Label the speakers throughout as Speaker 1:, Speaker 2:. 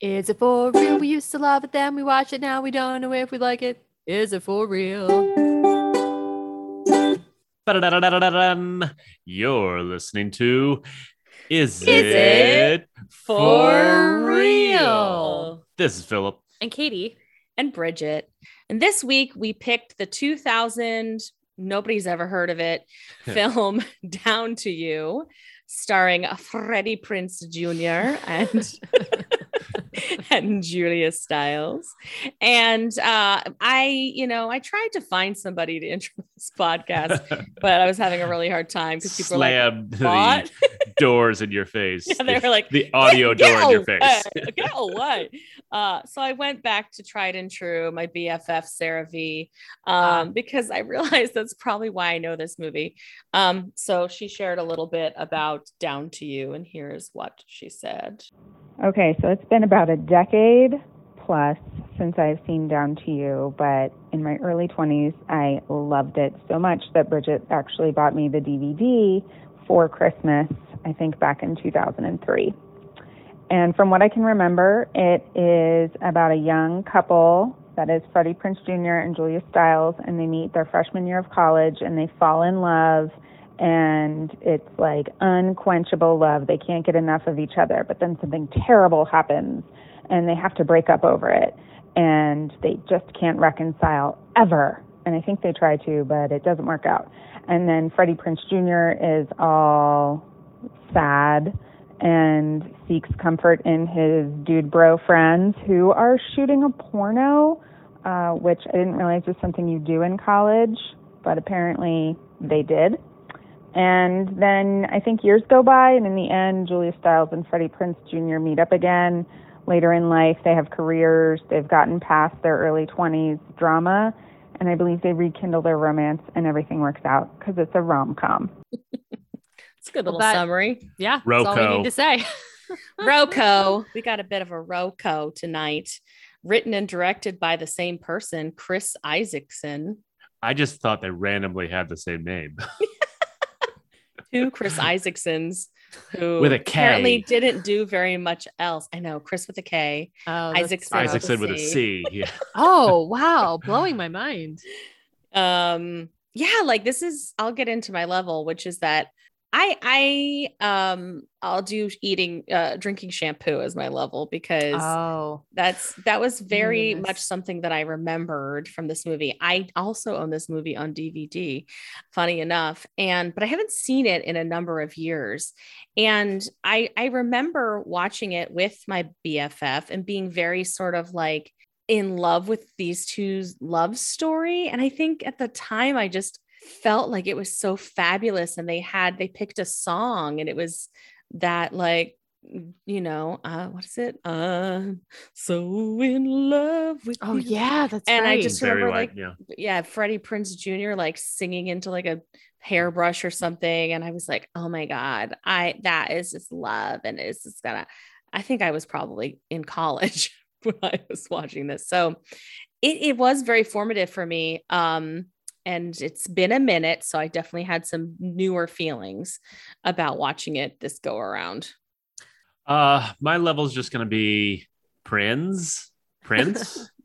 Speaker 1: Is it for real? We used to love it then. We watch it now. We don't know if we like it. Is it for real?
Speaker 2: Ba-da-da-da-da-da-dum. You're listening to Is,
Speaker 3: It
Speaker 2: It For Real? This is Philip.
Speaker 3: And Katie and Bridget. And this week we picked the 2000 nobody's ever heard of it film Down to You starring Freddie Prince Jr. and and Julia Stiles. And uh, I, you know, I tried to find somebody to intro this podcast, but I was having a really hard time because people were like,
Speaker 2: Slam
Speaker 3: "What?"
Speaker 2: the doors in your face.
Speaker 3: Yeah, they
Speaker 2: The-
Speaker 3: were like,
Speaker 2: the audio
Speaker 3: Get-
Speaker 2: door in your
Speaker 3: get
Speaker 2: face.
Speaker 3: away, Get away. Uh, so I went back to tried and true, my BFF Sarah V,
Speaker 1: Ah.
Speaker 3: um, because I realized that's probably why I know this movie. Um, so she shared a little bit about Down to You, and here's what she said.
Speaker 4: Okay, so it's been about a decade plus since I've seen Down to You, but in my early 20s, I loved it so much that Bridget actually bought me the DVD for Christmas, I think back in 2003. And from what I can remember, it is about a young couple that is Freddie Prince Jr. and Julia Stiles, and they meet their freshman year of college and they fall in love and it's like unquenchable love. They can't get enough of each other, but then something terrible happens and they have to break up over it and they just can't reconcile ever. And I think they try to, but it doesn't work out. And then Freddie Prince Jr. is all sad and seeks comfort in his dude bro friends who are shooting a porno, uh, which I didn't realize was something you do in college, but apparently they did. And then I think years go by, and in the end, Julia Stiles and Freddie Prince Jr. meet up again later in life. They have careers, they've gotten past their early 20s drama, and I believe they rekindle their romance, and everything works out because it's a rom com.
Speaker 3: It's a good
Speaker 1: Well,
Speaker 3: little
Speaker 1: that-
Speaker 3: summary.
Speaker 1: Yeah, that's all we
Speaker 2: Rocco.
Speaker 1: need to say.
Speaker 3: Roco, we got a bit of a Roco tonight, written and directed by the same person, Chris Isaacson.
Speaker 2: I just thought they randomly had the same name.
Speaker 3: two Chris Isaacsons who
Speaker 2: With a K.
Speaker 3: apparently didn't do very much else. I know Chris with a K.
Speaker 1: Oh, that's
Speaker 3: Isaacson.
Speaker 1: terrible.
Speaker 2: Isaac said with a
Speaker 3: C.
Speaker 2: C. Yeah.
Speaker 1: Oh wow, blowing my mind.
Speaker 3: Um, yeah, like this is I'll get into my level, which is that I I um I'll do eating uh drinking shampoo as my level because
Speaker 1: Oh,
Speaker 3: that's that was very
Speaker 1: Yes.
Speaker 3: much something that I remembered from this movie. I also own this movie on DVD, funny enough, and but I haven't seen it in a number of years. And I I remember watching it with my BFF and being very sort of like in love with these two's love story. And I think at the time I just felt like it was so fabulous and they had they picked a song and it was that like you know uh what is it i'm so in love with
Speaker 1: oh
Speaker 3: you.
Speaker 1: yeah, that's
Speaker 3: And I
Speaker 1: right.
Speaker 3: just
Speaker 2: Barry
Speaker 3: remember,
Speaker 2: White.
Speaker 3: like,
Speaker 2: yeah.
Speaker 3: yeah freddie prince jr like singing into like a hairbrush or something and i was like oh my god i that is just love and it's just gonna i think i was probably in college when i was watching this so it, it was very formative for me um and it's been a minute so i definitely had some newer feelings about watching it this go around
Speaker 2: Uh, my level's just gonna be Prince. Prince.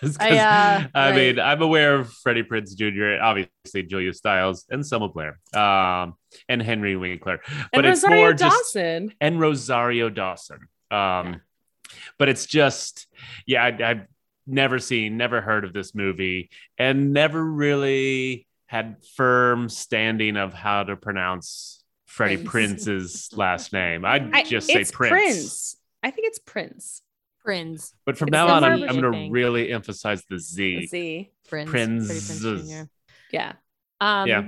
Speaker 2: 'Cause
Speaker 1: I, uh,
Speaker 2: I
Speaker 1: right.
Speaker 2: mean, I'm aware of Freddie Prince Jr. and obviously Julia Stiles and Selma Blair, um, and Henry Winkler. But
Speaker 3: and
Speaker 2: it's
Speaker 3: Rosario
Speaker 2: more just
Speaker 3: Dawson.
Speaker 2: and Rosario Dawson. Um, but it's just, yeah, I, I've never seen, never heard of this movie, and never really had firm standing of how to pronounce Freddie
Speaker 3: Prince.
Speaker 2: Prince's last name. I'd
Speaker 3: I
Speaker 2: just say
Speaker 3: it's
Speaker 2: Prince.
Speaker 3: I think it's Prince.
Speaker 1: Prince,
Speaker 2: But from
Speaker 3: It's
Speaker 2: now
Speaker 3: the
Speaker 2: on, I'm,
Speaker 3: verb,
Speaker 2: I'm
Speaker 1: I
Speaker 2: going to
Speaker 1: think.
Speaker 2: really emphasize the Z.
Speaker 3: Z.
Speaker 1: Prince,
Speaker 2: Princes.
Speaker 1: Freddie Prince Jr.
Speaker 3: Yeah.
Speaker 1: Um,
Speaker 2: Yeah.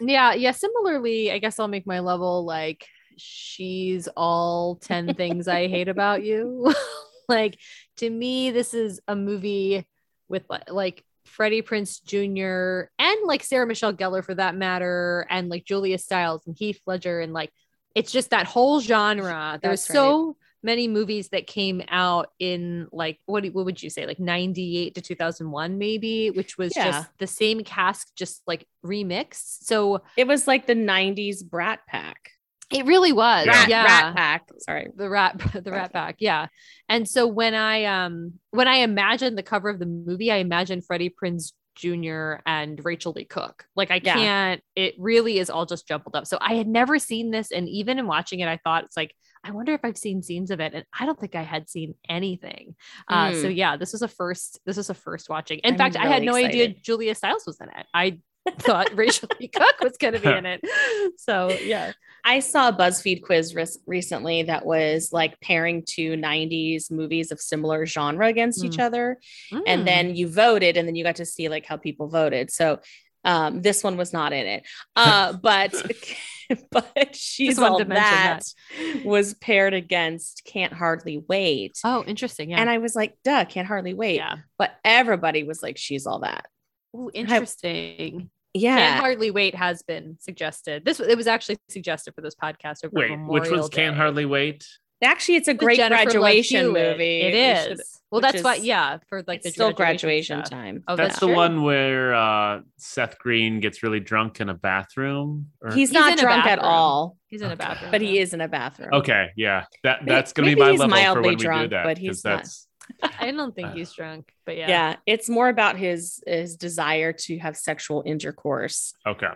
Speaker 1: yeah. Yeah. Similarly, I guess I'll make my level like she's all 10 things I hate about you. like to me, this is a movie with li- like Freddie Prince Jr. and like Sarah Michelle Gellar for that matter, and like Julia Stiles and Heath Ledger. And like it's just that whole genre. There was
Speaker 3: That's right.
Speaker 1: so many movies that came out in like what do- what would you say like 98 to 2001 maybe which was
Speaker 3: Yeah.
Speaker 1: just the same cast just like remixed so
Speaker 3: It was like the 90s brat pack.
Speaker 1: It really was.
Speaker 2: Yeah.
Speaker 3: Rat,
Speaker 1: yeah.
Speaker 3: rat pack. Sorry.
Speaker 1: the rat the rat pack yeah and so when i um when i imagined the cover of the movie i imagined freddie prinz jr and rachel lee cook like i
Speaker 3: Yeah.
Speaker 1: can't it really is all just jumbled up so i had never seen this and even in watching it i thought it's like i wonder if i've seen scenes of it and i don't think i had seen anything uh so yeah this was a first this was a first watching in
Speaker 3: Hmm. I'm
Speaker 1: fact i had
Speaker 3: really
Speaker 1: no idea
Speaker 3: excited.
Speaker 1: julia styles was in it i thought rachel lee cook was going to be in it so yeah
Speaker 3: I saw a BuzzFeed quiz res- recently that was like pairing two 90s movies of similar genre against each other.
Speaker 1: Mm.
Speaker 3: And then you voted, and then you got to see like how people voted. So um, this one was not in it. Uh, but but she's
Speaker 1: wanted
Speaker 3: all
Speaker 1: to mention
Speaker 3: that, was paired against Can't Hardly Wait.
Speaker 1: oh interesting yeah
Speaker 3: And I was like, duh, Can't Hardly Wait.
Speaker 1: yeah
Speaker 3: But everybody was like, she's all that.
Speaker 1: Ooh, interesting.
Speaker 3: Yeah.
Speaker 1: Can't hardly wait has been suggested. This it was actually suggested for this podcast. Over
Speaker 2: Wait, which
Speaker 1: Memorial
Speaker 2: one's Can't
Speaker 1: Day.
Speaker 2: Hardly Wait?
Speaker 3: Actually, it's a
Speaker 1: With
Speaker 3: great
Speaker 1: Jennifer Love
Speaker 3: graduation
Speaker 1: Hewitt.
Speaker 3: movie.
Speaker 1: It
Speaker 3: We should-
Speaker 1: is. well,
Speaker 3: which
Speaker 1: that's why.
Speaker 3: is-
Speaker 1: Yeah, for like
Speaker 3: it's
Speaker 1: the
Speaker 3: still graduation,
Speaker 1: stuff.
Speaker 3: time.
Speaker 1: Oh,
Speaker 2: That's
Speaker 1: that's
Speaker 2: the
Speaker 1: true.
Speaker 2: one where uh, Seth Green gets really drunk in a bathroom. Or...
Speaker 3: He's,
Speaker 1: He's
Speaker 3: not
Speaker 1: in a
Speaker 3: drunk at
Speaker 1: bathroom. Uh-huh.
Speaker 3: all,
Speaker 1: He's in a bathroom,
Speaker 3: but he is in a bathroom.
Speaker 2: okay, yeah, that
Speaker 3: Maybe-
Speaker 2: that's gonna be
Speaker 3: maybe
Speaker 2: my
Speaker 3: he's
Speaker 2: level for
Speaker 3: mildly
Speaker 2: when we do
Speaker 3: drunk,
Speaker 2: that.
Speaker 3: but
Speaker 2: 'cause
Speaker 3: he's not.
Speaker 2: that's
Speaker 1: I don't think he's drunk, but yeah.
Speaker 3: Yeah. it's more about his his desire to have sexual intercourse,
Speaker 2: okay.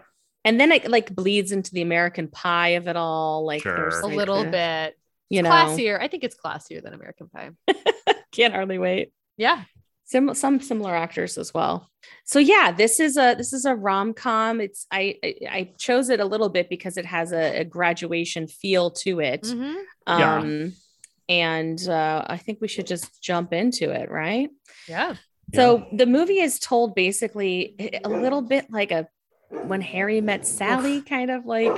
Speaker 3: and then it like bleeds into the American Pie of it all. Like
Speaker 2: Sure.
Speaker 3: there's,
Speaker 1: a
Speaker 3: like,
Speaker 1: little
Speaker 3: the-
Speaker 1: bit.
Speaker 3: you know,
Speaker 1: classier. I think it's classier than American Pie.
Speaker 3: can't hardly wait.
Speaker 1: Yeah,
Speaker 3: Sim- some similar actors as well. So yeah, this is a this is a rom com. It's I, I I chose it a little bit because it has a, a graduation feel to it.
Speaker 1: Mhm.
Speaker 2: Yeah.
Speaker 3: Um, and uh, I think we should just jump into it, right?
Speaker 1: yeah.
Speaker 3: So the movie is told basically a little bit like a when Harry met Sally, kind of like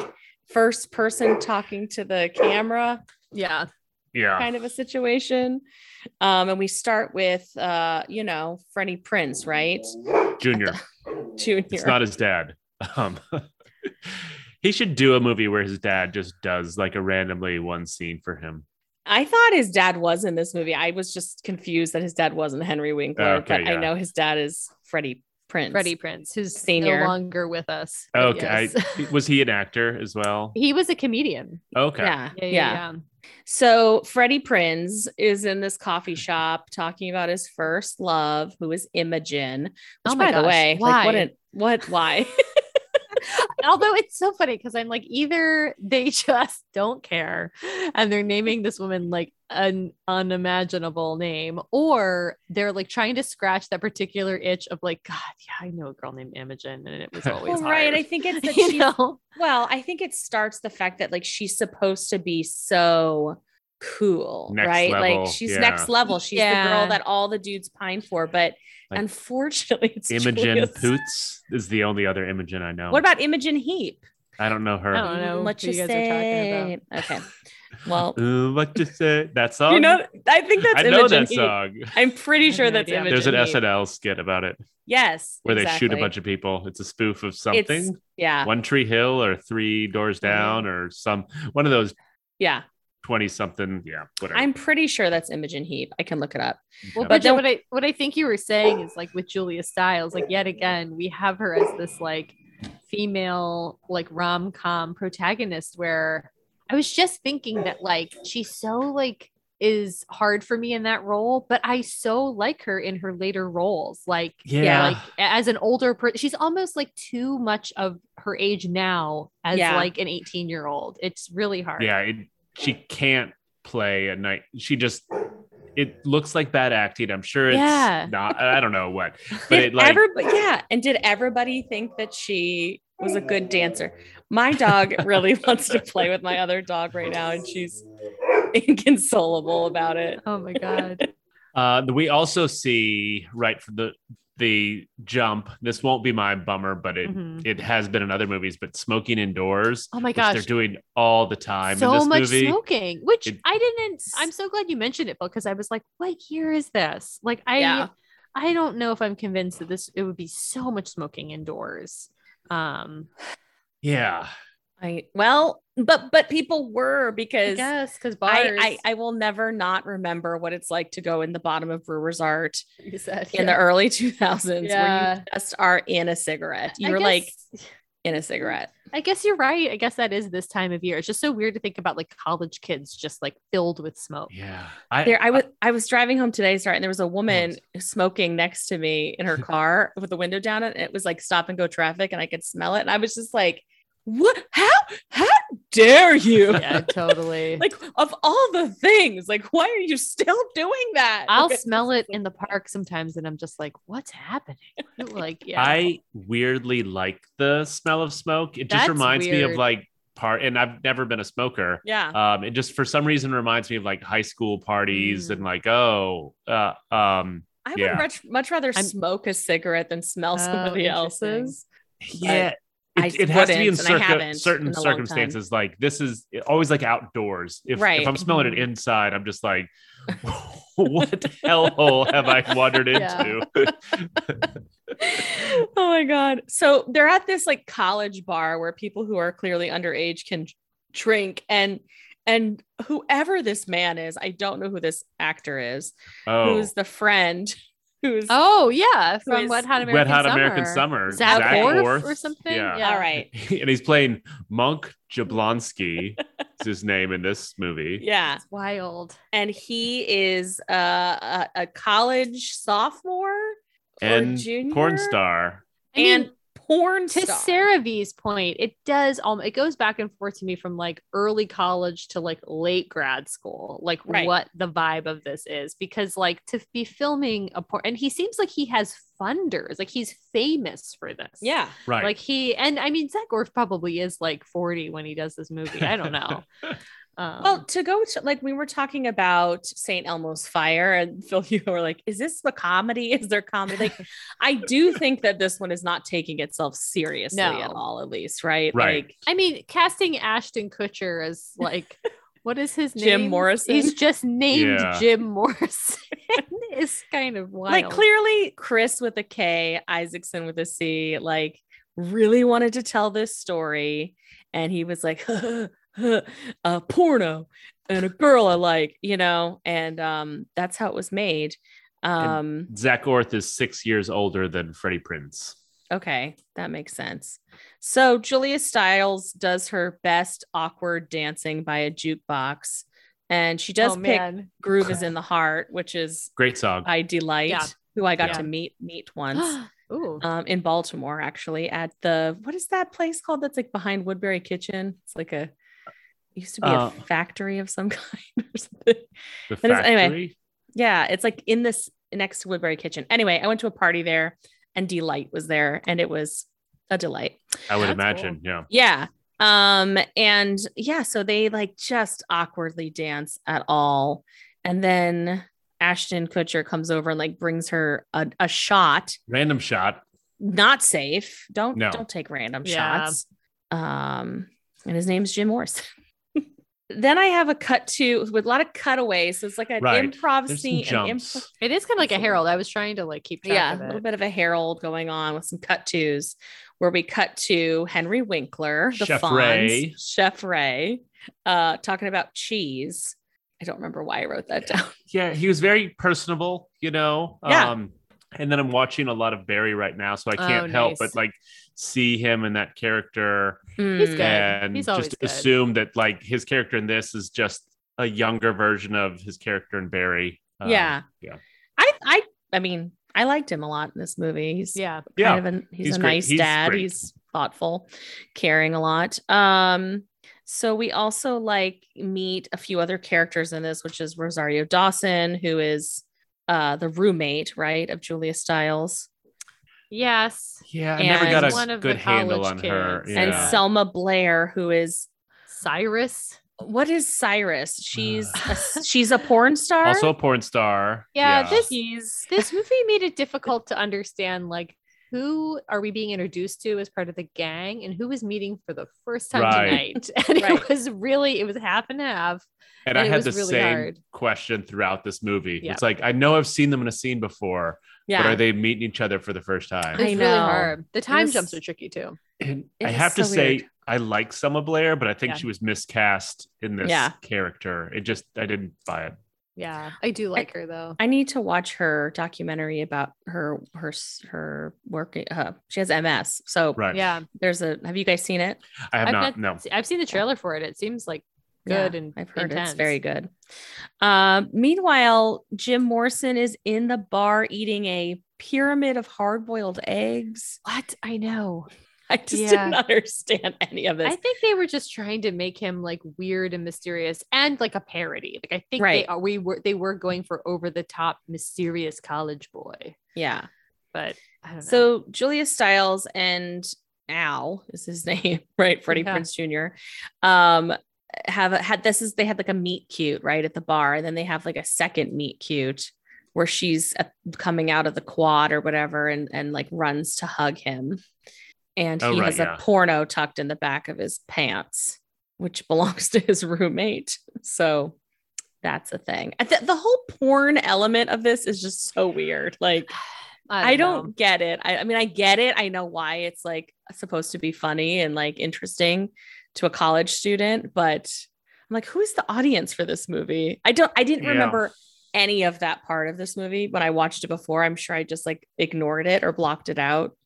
Speaker 3: first person talking to the camera
Speaker 1: Yeah.
Speaker 2: Yeah.
Speaker 3: kind of a situation. Um, and we start with uh, you know, Freddie Prince, right?
Speaker 2: Junior.
Speaker 3: Junior.
Speaker 2: It's not his dad. Um, he should do a movie where his dad just does like a randomly one scene for him.
Speaker 3: I thought his dad was in this movie. I was just confused that his dad wasn't Henry Winkler,
Speaker 2: Okay,
Speaker 3: but I
Speaker 2: yeah.
Speaker 3: know his dad is Freddie Prince.
Speaker 1: Freddie Prince, who's
Speaker 3: Senior.
Speaker 1: no longer with us. but
Speaker 2: Okay. I-
Speaker 1: yes.
Speaker 2: was he an actor as well?
Speaker 1: he was a comedian.
Speaker 2: Okay.
Speaker 1: Yeah.
Speaker 3: yeah. yeah.
Speaker 1: Yeah.
Speaker 3: So Freddie Prinz is in this coffee shop talking about his first love, who is Imogen. Which,
Speaker 1: Oh my
Speaker 3: by the
Speaker 1: gosh,
Speaker 3: way, like, what?
Speaker 1: why?
Speaker 3: An, what? Why?
Speaker 1: Although it's so funny because I'm like, either they just don't care and they're naming this woman like an unimaginable name, or they're like trying to scratch that particular itch of like, God, yeah, I know a girl named Imogen and it was always
Speaker 3: Well, right. I
Speaker 1: hard."
Speaker 3: think it's that
Speaker 1: you
Speaker 3: she's.
Speaker 1: know,
Speaker 3: Well, I think it starts the fact that like she's supposed to be so cool,
Speaker 2: Next
Speaker 3: right?
Speaker 2: level,
Speaker 3: Like she's
Speaker 2: yeah.
Speaker 3: next level. She's the
Speaker 1: Yeah.
Speaker 3: girl that all the dudes pine for, but
Speaker 2: Like,
Speaker 3: unfortunately, it's
Speaker 2: Imogen
Speaker 3: Julius.
Speaker 2: Poots is the only other Imogen I know.
Speaker 3: What about Oh, Imogen Heap?
Speaker 2: I don't know her.
Speaker 1: I don't know
Speaker 3: What
Speaker 1: who
Speaker 3: you,
Speaker 1: you guys
Speaker 3: say?
Speaker 1: are
Speaker 3: Okay. Well,
Speaker 2: Ooh, what to say? That song.
Speaker 3: you know, I think that's
Speaker 2: I
Speaker 3: Imogen
Speaker 2: know uh, that
Speaker 3: Heap.
Speaker 2: song.
Speaker 3: I'm pretty
Speaker 1: have
Speaker 3: sure
Speaker 1: no
Speaker 3: that's
Speaker 1: idea.
Speaker 3: Imogen.
Speaker 2: There's an
Speaker 3: Heap.
Speaker 2: SNL skit about it
Speaker 3: Yes.
Speaker 2: where they shoot
Speaker 3: exactly.
Speaker 2: a bunch of people. It's a spoof of something.
Speaker 3: It's- yeah.
Speaker 2: One Tree Hill or Three Doors
Speaker 1: Oh,
Speaker 2: Down or some one of those
Speaker 3: Yeah.
Speaker 2: 20 something. Yeah, whatever.
Speaker 3: I'm pretty sure that's Imogen Heap. I can look it up.
Speaker 1: Well,
Speaker 2: Yeah.
Speaker 1: but
Speaker 3: don't-
Speaker 1: what I what I think you were saying is like with Julia Stiles, like yet again, we have her as this like female like rom com protagonist. Where I was just thinking that like she's so like is hard for me in that role, but I so like her in her later roles. Like
Speaker 2: yeah.
Speaker 3: yeah,
Speaker 1: like as an older person, she's almost like too much of her age now as
Speaker 3: Yeah.
Speaker 1: like an eighteen year old. It's really hard.
Speaker 2: yeah it, she can't play a night she just it looks like bad acting i'm sure it's
Speaker 1: Yeah.
Speaker 2: not i don't know what but
Speaker 3: Did
Speaker 2: it like
Speaker 3: everybody, yeah. And did everybody think that she was a good dancer? My dog really wants to play with my other dog right now, and she's inconsolable about it.
Speaker 1: Oh my god.
Speaker 2: uh we also see right from the the jump this won't be my bummer but it
Speaker 1: Mhm.
Speaker 2: it has been in other movies but smoking indoors
Speaker 1: Oh my
Speaker 2: which
Speaker 1: gosh.
Speaker 2: they're doing all the time
Speaker 1: so
Speaker 2: in this
Speaker 1: much
Speaker 2: movie
Speaker 1: smoking which
Speaker 2: It-
Speaker 1: i didn't i'm so glad you mentioned it because i was like what year is this like i
Speaker 3: Yeah.
Speaker 1: i don't know if i'm convinced that this it would be so much smoking indoors um
Speaker 2: yeah
Speaker 3: I well, but but people were
Speaker 1: i
Speaker 3: because
Speaker 1: guess because
Speaker 3: I,
Speaker 1: bars
Speaker 3: I I will never not remember what it's like to go in the bottom of Brewer's Art
Speaker 1: you said
Speaker 3: in the early 2000s where
Speaker 1: Yeah.
Speaker 3: you just are in a cigarette.
Speaker 1: I
Speaker 3: You're
Speaker 1: guess-
Speaker 3: like in a cigarette.
Speaker 1: I guess you're right. I guess that is this time of year. It's just so weird to think about like college kids just like filled with smoke.
Speaker 2: Yeah.
Speaker 3: There, I was I was driving home today, sorry, and there was a woman smoking next to me in her car with the window down, and it was like stop and go traffic, and I could smell it, and I was just like, "What? How? How dare you?
Speaker 1: Yeah, totally.
Speaker 3: Like of all the things, like why are you still doing that?"
Speaker 1: I'll smell it in the park sometimes, and I'm just like, "What's happening?" Like, yeah,
Speaker 2: I weirdly like the smell of smoke. It just
Speaker 1: That's
Speaker 2: reminds me of
Speaker 1: weird.
Speaker 2: like part, and I've never been a smoker.
Speaker 3: Yeah,
Speaker 2: Um, it just for some reason reminds me of like high school parties
Speaker 1: Mm.
Speaker 2: and like oh, uh, um,
Speaker 3: I would
Speaker 2: yeah.
Speaker 3: much much rather
Speaker 1: I'm-
Speaker 3: smoke a cigarette than smell
Speaker 1: Oh,
Speaker 3: somebody
Speaker 1: interesting.
Speaker 3: else's.
Speaker 2: yeah.
Speaker 3: I
Speaker 2: It, it has to be in
Speaker 3: wouldn't, and I
Speaker 2: circa-
Speaker 3: haven't
Speaker 2: certain
Speaker 3: in a long time.
Speaker 2: circumstances. Like this is always like outdoors. If,
Speaker 3: Right. Mm-hmm.
Speaker 2: if I'm smelling it inside, I'm just like, what hellhole have I wandered
Speaker 1: Yeah.
Speaker 2: into?
Speaker 3: oh my god so they're at this like college bar where people who are clearly underage can drink and and whoever this man is i don't know who this actor is
Speaker 2: Oh,
Speaker 3: who's the friend who's
Speaker 1: Oh yeah, from
Speaker 3: is
Speaker 1: Wet Hot American
Speaker 2: Wet Hot
Speaker 1: Summer.
Speaker 2: American Summer.
Speaker 1: Zach,
Speaker 3: Zach
Speaker 1: Orff
Speaker 2: Orff.
Speaker 1: or something.
Speaker 2: Yeah.
Speaker 3: all right
Speaker 2: and he's playing Monk Jablonski. is his name in this movie.
Speaker 3: yeah
Speaker 1: It's wild.
Speaker 3: and he is uh, a, a college sophomore
Speaker 2: and
Speaker 3: or junior
Speaker 2: Porn Star.
Speaker 1: I mean,
Speaker 3: and porn
Speaker 1: to
Speaker 3: star
Speaker 1: Sarah V's point, it does all it goes back and forth to me from like early college to like late grad school, like
Speaker 3: Right.
Speaker 1: what the vibe of this is. Because like to be filming a porn and he seems like he has funders, like he's famous for this.
Speaker 3: yeah
Speaker 2: Right.
Speaker 1: Like he and I mean Zach Orff probably is like 40 when he does this movie. I don't know. Um,
Speaker 3: Well, to go to like we were talking about St. Elmo's Fire, and Phil, you were like, "Is this a comedy? Is there comedy?" Like, I do think that this one is not taking itself seriously
Speaker 1: No.
Speaker 3: at all, at least, right?
Speaker 2: Right.
Speaker 3: Like,
Speaker 1: I mean, casting Ashton Kutcher as like what is his name?
Speaker 3: Jim Morrison?
Speaker 1: He's just named
Speaker 2: Yeah.
Speaker 1: Jim Morrison. is kind of wild.
Speaker 3: like clearly Chris with a K, Isaacson with a C, like really wanted to tell this story, and he was like, "A porno and a girl I like," you know, and um, that's how it was made. Um,
Speaker 2: Zach Orth is six years older than Freddie Prince.
Speaker 3: Okay, that makes sense. So Julia Stiles does her best awkward dancing by a jukebox, and she does
Speaker 1: oh,
Speaker 3: pick
Speaker 1: man.
Speaker 3: "Groove Is in the Heart," which is
Speaker 2: Great song.
Speaker 3: I delight,
Speaker 1: Yeah.
Speaker 3: who I got
Speaker 1: Yeah.
Speaker 3: to meet meet once
Speaker 1: Ooh.
Speaker 3: um, in Baltimore, actually at the what is that place called? That's like behind Woodbury Kitchen. It's like a it used to be
Speaker 2: Uh,
Speaker 3: a factory of some kind or something.
Speaker 2: the
Speaker 3: that is-
Speaker 2: factory.
Speaker 3: anyway. Yeah, it's like in this next to Woodbury Kitchen. Anyway, I went to a party there, and Delight was there, and it was a delight.
Speaker 2: I would
Speaker 1: That's
Speaker 2: imagine. Yeah.
Speaker 3: Yeah. Um, and yeah, so they like just awkwardly dance at all. And then Ashton Kutcher comes over and like brings her a, a shot.
Speaker 2: Random shot.
Speaker 3: Not safe. Don't
Speaker 2: No.
Speaker 3: don't take random
Speaker 1: Yeah.
Speaker 3: shots. Um, and his name's Jim Morrison. then I have a cut to with a lot of cutaways. So it's like an
Speaker 2: Right.
Speaker 3: improv
Speaker 2: There's some
Speaker 3: scene, an improv
Speaker 2: jumps.
Speaker 1: It is kind of like a herald. I was trying to like keep track
Speaker 3: yeah,
Speaker 1: of
Speaker 3: a little
Speaker 1: it.
Speaker 3: bit of a herald going on with some cut tos, where we cut to Henry Winkler, the
Speaker 2: Chef
Speaker 3: Fonz,
Speaker 2: Ray.
Speaker 3: Chef Ray, uh, talking about cheese. I don't remember why I wrote that down.
Speaker 2: yeah, he was very personable, you know.
Speaker 3: Yeah.
Speaker 2: Um, and then I'm watching a lot of Barry right now, so I can't
Speaker 1: Oh,
Speaker 2: help
Speaker 1: nice.
Speaker 2: but like see him in that character
Speaker 1: He's good.
Speaker 3: Mm,
Speaker 2: and
Speaker 1: He's always
Speaker 2: just
Speaker 1: good.
Speaker 2: assume that like his character in this is just a younger version of his character in Barry. Um,
Speaker 3: yeah,
Speaker 2: yeah.
Speaker 3: I, I, I mean, I liked him a lot in this movie. He's
Speaker 1: Yeah.
Speaker 2: Yeah.
Speaker 3: kind of an, he's,
Speaker 2: He's
Speaker 3: a
Speaker 2: great.
Speaker 3: nice
Speaker 2: He's
Speaker 3: dad.
Speaker 2: great.
Speaker 3: He's thoughtful, caring a lot. Um, so we also like meet a few other characters in this, which is Rosario Dawson, who is uh the roommate, right, of Julia Stiles,
Speaker 1: Yes.
Speaker 2: Yeah, I never
Speaker 3: And-
Speaker 2: got
Speaker 1: One
Speaker 2: a
Speaker 1: of the
Speaker 2: good handle on
Speaker 1: college
Speaker 2: her.
Speaker 1: kids.
Speaker 2: Yeah.
Speaker 3: and
Speaker 1: so-
Speaker 3: Selma Blair, who is
Speaker 1: Cyrus.
Speaker 3: what is Cyrus? She's a, she's a porn star.
Speaker 2: Uh. also uh, a porn star.
Speaker 1: Yeah, This
Speaker 3: she's
Speaker 1: this movie made it difficult to understand like who are we being introduced to as part of the gang and who is meeting for the first time
Speaker 2: Right.
Speaker 1: tonight. And it
Speaker 3: Right.
Speaker 1: was really it was half and half. and
Speaker 2: and, I
Speaker 1: it was
Speaker 2: had the
Speaker 1: really
Speaker 2: same
Speaker 1: hard.
Speaker 2: question throughout this movie.
Speaker 1: Yeah.
Speaker 2: It's like I know I've seen them in a scene before, but
Speaker 3: yeah.
Speaker 2: are they meeting each other for the first time?
Speaker 1: It was
Speaker 3: I
Speaker 1: really
Speaker 3: know.
Speaker 1: hard. The time
Speaker 3: was-
Speaker 1: jumps are tricky too.
Speaker 2: And
Speaker 3: It
Speaker 2: I
Speaker 3: is
Speaker 2: have to
Speaker 3: so
Speaker 2: say,
Speaker 3: weird.
Speaker 2: I like Selma Blair, but I think
Speaker 1: Yeah.
Speaker 2: she was miscast in this
Speaker 3: Yeah.
Speaker 2: character. It just, I didn't buy it.
Speaker 1: Yeah, I do like her though.
Speaker 3: I need to watch her documentary about her her her work. Uh, she has MS, so
Speaker 2: Right.
Speaker 1: Yeah,
Speaker 3: there's a. Have you guys seen it?
Speaker 2: I have
Speaker 1: I've
Speaker 2: not. No.
Speaker 1: I've seen the trailer for it. It seems like good
Speaker 3: Yeah,
Speaker 1: and
Speaker 3: I've heard
Speaker 1: intense.
Speaker 3: it's very good. Um, meanwhile, Jim Morrison is in the bar eating a pyramid of hard-boiled eggs.
Speaker 1: What I know.
Speaker 3: I just
Speaker 1: Yeah.
Speaker 3: didn't understand any of this.
Speaker 1: I think they were just trying to make him like weird and mysterious and like a parody. Like I think they
Speaker 3: Right.
Speaker 1: are we were they were going for over the top mysterious college boy.
Speaker 3: yeah.
Speaker 1: But I don't know.
Speaker 3: So Julia Stiles and Al is his name, right? Freddie
Speaker 1: Yeah.
Speaker 3: Prince Jr. Um, have a, had this is they had like a meet cute right at the bar, and then they have like a second meet cute where she's uh, coming out of the quad or whatever, and and like runs to hug him, and
Speaker 2: Oh,
Speaker 3: he
Speaker 2: right,
Speaker 3: has
Speaker 2: yeah.
Speaker 3: a porno tucked in the back of his pants, which belongs to his roommate. So. That's a thing. I thi- the whole porn element of this is just so weird. Like, I don't
Speaker 1: know.
Speaker 3: get it. I, I mean, I get it. I know why it's like supposed to be funny and like interesting to a college student, but I'm like, who is the audience for this movie? I don't, I didn't
Speaker 2: Yeah.
Speaker 3: remember any of that part of this movie when I watched it before. I'm sure I just like ignored it or blocked it out.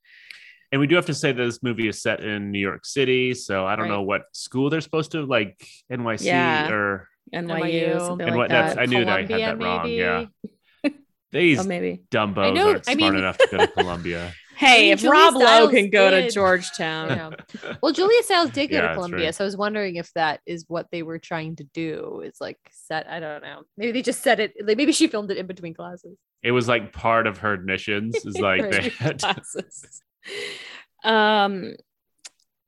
Speaker 2: And we do have to say that this movie is set in New York City, so I don't
Speaker 3: Right.
Speaker 2: know what school they're supposed to like NYC
Speaker 3: Yeah.
Speaker 2: or
Speaker 3: NYU,
Speaker 1: NYU.
Speaker 3: something
Speaker 2: And
Speaker 3: like
Speaker 2: what-
Speaker 3: that.
Speaker 2: that's- I knew that I had
Speaker 1: Columbia,
Speaker 2: that wrong,
Speaker 1: maybe.
Speaker 2: yeah. these
Speaker 3: oh, maybe.
Speaker 2: dumbos
Speaker 1: I know-
Speaker 2: aren't
Speaker 1: I
Speaker 2: smart
Speaker 1: mean-
Speaker 2: enough to go to Columbia.
Speaker 3: Hey,
Speaker 1: mean,
Speaker 3: if
Speaker 1: Julia
Speaker 3: Rob Lowe
Speaker 1: Stiles
Speaker 3: can go to
Speaker 1: did-
Speaker 3: Georgetown,
Speaker 1: I know. Well, Julia Stiles did go
Speaker 2: Yeah,
Speaker 1: to
Speaker 2: that's
Speaker 1: Columbia,
Speaker 2: right.
Speaker 1: so I was wondering if that is what they were trying to do. It's like set. I don't know. Maybe they just said it. like, Maybe she filmed it in between classes.
Speaker 2: It was like part of her admissions is like they had to-
Speaker 3: classes. Um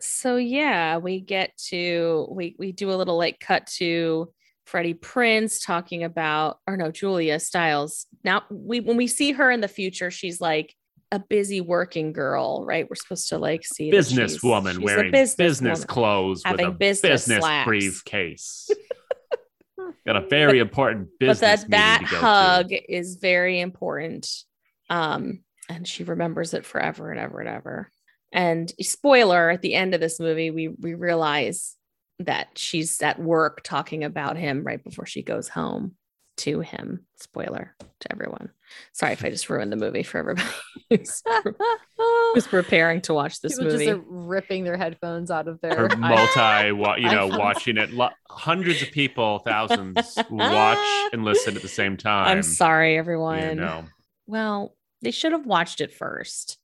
Speaker 3: so yeah, we get to we we do a little like cut to Freddie Prince talking about or no, Julia Stiles. Now we when we see her in the future, she's like a busy working girl, right? We're supposed to like see that
Speaker 2: business
Speaker 3: she's-
Speaker 2: woman
Speaker 3: she's a
Speaker 2: wearing business,
Speaker 3: business woman.
Speaker 2: clothes
Speaker 3: Having
Speaker 2: with a
Speaker 3: business
Speaker 2: business
Speaker 3: slacks.
Speaker 2: briefcase. Got a very important
Speaker 3: but
Speaker 2: business.
Speaker 3: that that
Speaker 2: meeting to go to.
Speaker 3: hug is very important um and she remembers it forever and ever and ever and spoiler at the end of this movie we we realize that she's at work talking about him right before she goes home to him spoiler to everyone sorry if i just ruined the movie for everybody who's, who's preparing to watch this
Speaker 1: Oh, People
Speaker 3: movie
Speaker 1: just are ripping their headphones out of their.
Speaker 2: her
Speaker 1: eye-
Speaker 2: multi, wa- you know,
Speaker 1: iPhone.
Speaker 2: watching it. Lo- hundreds of people, thousands watch and listen at the same time.
Speaker 3: i'm sorry
Speaker 2: you
Speaker 3: everyone
Speaker 2: know.
Speaker 3: well they should have watched it first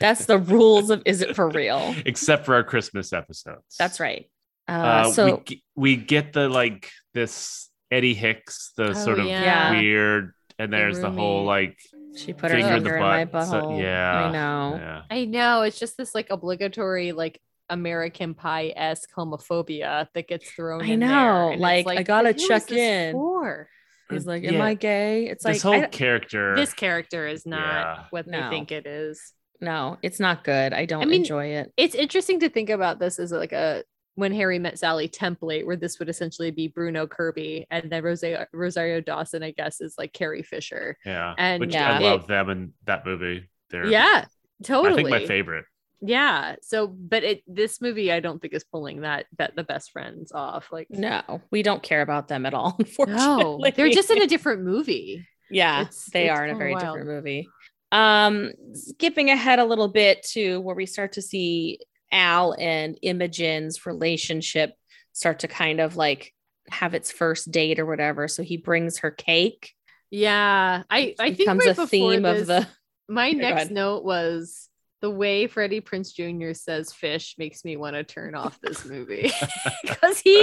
Speaker 3: that's the rules of is it for real
Speaker 2: Except for our Christmas episodes.
Speaker 3: That's right. Uh,
Speaker 2: Uh,
Speaker 3: so
Speaker 2: we, g- we get the like this Eddie Hicks, the
Speaker 1: Oh,
Speaker 2: sort of
Speaker 1: yeah.
Speaker 2: weird, and
Speaker 1: The
Speaker 2: there's the, whole
Speaker 1: roommate.
Speaker 2: like,
Speaker 3: she put her
Speaker 2: finger in the
Speaker 3: finger in my
Speaker 2: butt,
Speaker 3: butthole.
Speaker 2: so- yeah,
Speaker 3: I know.
Speaker 2: yeah.
Speaker 1: I know. It's just this like obligatory like American Pie esque homophobia that gets thrown.
Speaker 3: I
Speaker 1: in there,
Speaker 3: know,
Speaker 1: and it's
Speaker 3: like, I gotta
Speaker 1: who is
Speaker 3: check
Speaker 1: this
Speaker 3: in.
Speaker 1: For?
Speaker 3: He's like,
Speaker 2: Yeah.
Speaker 3: "Am I gay?" It's
Speaker 2: this
Speaker 3: like, I
Speaker 2: whole
Speaker 3: don't-
Speaker 2: character.
Speaker 1: This character is not
Speaker 2: Yeah.
Speaker 1: what
Speaker 3: No.
Speaker 1: they think it is.
Speaker 3: no, it's not good. I don't
Speaker 1: I mean-
Speaker 3: enjoy it.
Speaker 1: It's interesting to think about this as like a when Harry met Sally template, where this would essentially be Bruno Kirby, and then Rosa- Rosario Dawson, I guess, is like Carrie Fisher.
Speaker 2: yeah.
Speaker 1: and
Speaker 2: Which I
Speaker 3: yeah.
Speaker 2: love them in that movie. They're,
Speaker 1: Yeah, totally.
Speaker 2: I think my favorite.
Speaker 1: Yeah. So, but it this movie I don't think is pulling that that the best friends off. Like
Speaker 3: No, we don't care about them at all.
Speaker 1: no,
Speaker 3: Unfortunately,
Speaker 1: they're just in a different movie.
Speaker 3: yeah,
Speaker 1: it's-
Speaker 3: they
Speaker 1: it's
Speaker 3: are in a
Speaker 1: kinda
Speaker 3: very
Speaker 1: wild.
Speaker 3: different movie. Um, skipping ahead a little bit to where we start to see Al and Imogen's relationship start to kind of like have its first date or whatever. So he brings her cake.
Speaker 1: Yeah, I I
Speaker 3: It
Speaker 1: think
Speaker 3: becomes
Speaker 1: right
Speaker 3: a
Speaker 1: before
Speaker 3: theme
Speaker 1: this,
Speaker 3: of the
Speaker 1: my
Speaker 3: go
Speaker 1: next
Speaker 3: ahead.
Speaker 1: note was the way Freddie Prince Jr. says fish makes me want to turn off this movie because he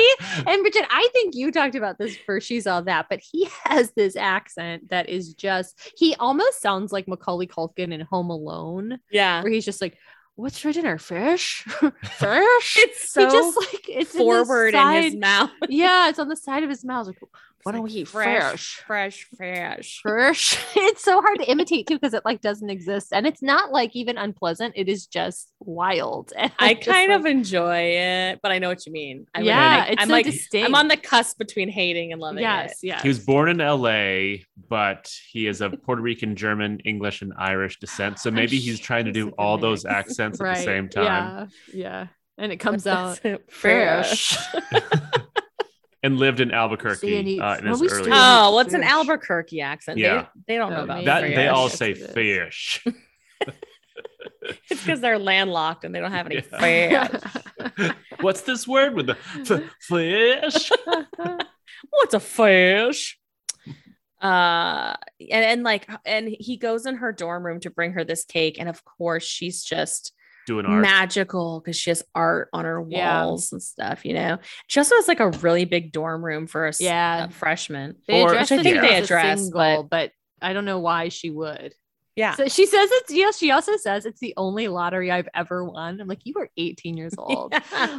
Speaker 1: and Bridget, I think you talked about this first. She saw that, but he has this accent that is just he almost sounds like Macaulay Culkin in Home Alone.
Speaker 3: yeah.
Speaker 1: where he's just like, "What's for dinner? Fish, fish."
Speaker 3: It's
Speaker 1: he
Speaker 3: so
Speaker 1: just like it's
Speaker 3: forward in,
Speaker 1: in, the
Speaker 3: his
Speaker 1: side-
Speaker 3: mouth.
Speaker 1: yeah, it's on the side of his mouth. Like, why
Speaker 3: It's
Speaker 1: don't
Speaker 3: like
Speaker 1: we eat
Speaker 3: fresh,
Speaker 1: fish?
Speaker 3: fresh, fresh?
Speaker 1: Fish. It's so hard to imitate too because it like doesn't exist, and it's not like even unpleasant. It is just wild. And
Speaker 3: I
Speaker 1: I'm just
Speaker 3: kind of
Speaker 1: like,
Speaker 3: enjoy it, but I know what you mean. I
Speaker 1: yeah, it's
Speaker 3: am
Speaker 1: so
Speaker 3: like
Speaker 1: distinct.
Speaker 3: I'm on the cusp between hating and loving
Speaker 1: yes,
Speaker 3: it.
Speaker 1: yes.
Speaker 2: He was born in LA, but he is of Puerto Rican, German, English, and Irish descent. So
Speaker 3: Oh,
Speaker 2: maybe he's
Speaker 3: shit,
Speaker 2: trying to
Speaker 3: that's
Speaker 2: do
Speaker 3: a good
Speaker 2: all those
Speaker 3: mix.
Speaker 2: accents at the same time.
Speaker 1: Yeah, yeah, and it comes out
Speaker 3: That's it,
Speaker 1: fresh.
Speaker 3: fresh.
Speaker 2: and lived in Albuquerque
Speaker 1: See, and you-
Speaker 2: uh, in
Speaker 1: well,
Speaker 2: his
Speaker 1: we
Speaker 2: early.
Speaker 1: still-
Speaker 3: Oh, what's an
Speaker 1: Fish.
Speaker 3: Albuquerque accent?
Speaker 2: Yeah.
Speaker 3: They, they don't know
Speaker 1: Oh,
Speaker 3: about
Speaker 1: man.
Speaker 2: that
Speaker 1: fish.
Speaker 2: they all
Speaker 1: Yes,
Speaker 2: say
Speaker 1: it is.
Speaker 2: fish.
Speaker 3: it's because they're landlocked and they don't have any
Speaker 2: Yeah.
Speaker 3: fish.
Speaker 2: What's this word with the f- fish?
Speaker 3: What's a fish? Uh, and, and like, and he goes in her dorm room to bring her this cake, and of course she's just
Speaker 2: Doing art.
Speaker 3: magical because she has art on her
Speaker 1: Yeah.
Speaker 3: walls and stuff. You know, she also has like a really big dorm room for uh, a, s-
Speaker 1: yeah.
Speaker 3: a freshman.
Speaker 1: They
Speaker 2: Or-
Speaker 1: address
Speaker 2: Which I
Speaker 1: it
Speaker 2: think they
Speaker 1: as a
Speaker 3: address,
Speaker 1: single, but... I don't know why she would.
Speaker 3: Yeah,
Speaker 1: So she says it's yes, she also says it's the only lottery I've ever won. I'm like, you are 18 years old.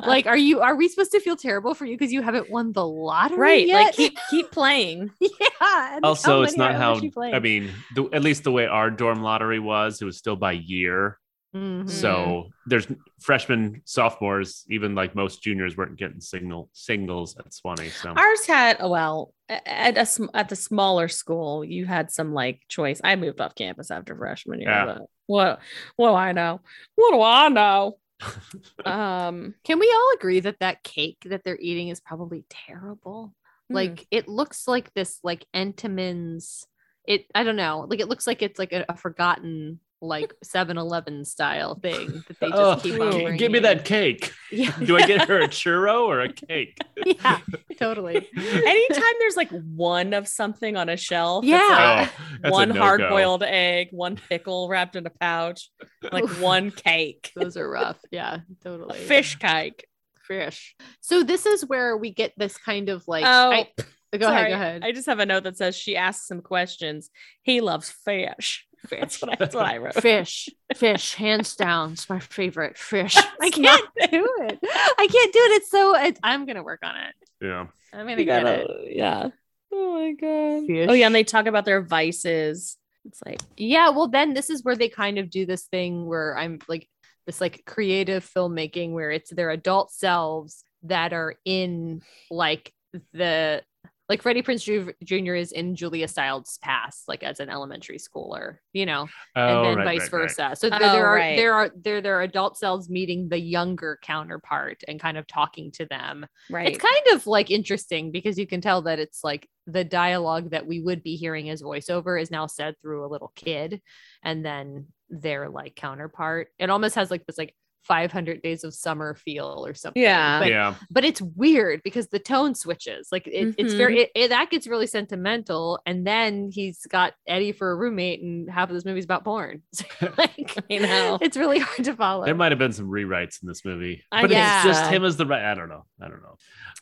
Speaker 1: Like, are you are we supposed to feel terrible for you because you haven't won the lottery?
Speaker 3: right. Like
Speaker 1: Yet?
Speaker 3: keep keep playing.
Speaker 1: yeah. and
Speaker 2: also,
Speaker 3: Oh,
Speaker 1: many
Speaker 2: it's not
Speaker 1: are
Speaker 2: how.
Speaker 1: she playing?
Speaker 2: I mean, the, at least the way our dorm lottery was, it was still by year.
Speaker 1: Mhm.
Speaker 2: So there's freshmen, sophomores, even like most juniors weren't getting single singles at Swanee.
Speaker 1: Um.
Speaker 2: So
Speaker 3: Ours had oh, well a- at a sm- at the smaller school, you had some like choice. I moved off campus after freshman year.
Speaker 2: Yeah.
Speaker 3: But what what do I know? What do I know? um,
Speaker 1: Can we all agree that that cake that they're eating is probably terrible?
Speaker 3: like
Speaker 1: Like it looks like this like Entenmann's it I don't know. Like it looks like it's like a, a forgotten like 7-Eleven style thing that they just
Speaker 2: Oh,
Speaker 1: keep
Speaker 3: g-
Speaker 1: on
Speaker 2: G-
Speaker 1: bringing.
Speaker 2: give me that cake.
Speaker 1: Yeah.
Speaker 2: Do I get her a churro or a cake?
Speaker 1: Yeah, totally.
Speaker 3: anytime there's like one of something on a shelf, it's
Speaker 1: Yeah.
Speaker 2: Oh,
Speaker 3: like
Speaker 2: that's
Speaker 3: one
Speaker 2: a no-go.
Speaker 3: hard boiled egg, one pickle wrapped in a pouch, like
Speaker 1: Oof.
Speaker 3: one cake,
Speaker 1: Those are rough. Yeah,
Speaker 3: a
Speaker 1: totally.
Speaker 3: fish cake.
Speaker 1: fish. So this is where we get this kind of like
Speaker 3: oh,
Speaker 1: I- go ahead,
Speaker 3: sorry.
Speaker 1: go ahead.
Speaker 3: I just have a note that says she asks some questions. He loves fish. That's what I, that's what I wrote.
Speaker 1: fish fish hands down it's my favorite fish i
Speaker 3: It's
Speaker 1: can't do it i can't do it it's so it, i'm gonna work on it
Speaker 2: Yeah.
Speaker 1: i'm gonna
Speaker 3: You
Speaker 1: get
Speaker 3: gotta-
Speaker 1: it
Speaker 3: Yeah. Oh my god.
Speaker 1: Fish.
Speaker 3: Oh yeah, and they talk about their vices. It's like
Speaker 1: yeah well then this is where they kind of do this thing where i'm like this like creative filmmaking where it's their adult selves that are in like the like Freddie Prince Ju- Jr. is in Julia Child's past, like as an elementary schooler, you know, and
Speaker 2: Oh,
Speaker 1: then
Speaker 2: right, right,
Speaker 1: vice
Speaker 2: right.
Speaker 1: versa. So th-
Speaker 3: Oh,
Speaker 1: there are
Speaker 3: right.
Speaker 1: there are there their adult selves meeting the younger counterpart and kind of talking to them.
Speaker 3: right.
Speaker 1: It's kind of like interesting because you can tell that it's like the dialogue that we would be hearing as voiceover is now said through a little kid, and then their like counterpart. It almost has like this like 500 days of summer feel or something.
Speaker 3: Yeah.
Speaker 1: But
Speaker 2: yeah.
Speaker 1: but it's weird because the tone switches like it, it's
Speaker 3: Mhm.
Speaker 1: very it, it- that gets really sentimental and then he's got eddie for a roommate and half of this movie's about porn so, like
Speaker 3: I know.
Speaker 1: it's really hard to follow
Speaker 2: There might have been some rewrites in this movie,
Speaker 3: I
Speaker 2: but
Speaker 1: guess
Speaker 2: it's just
Speaker 3: so.
Speaker 2: him as the right. I don't know. I don't know.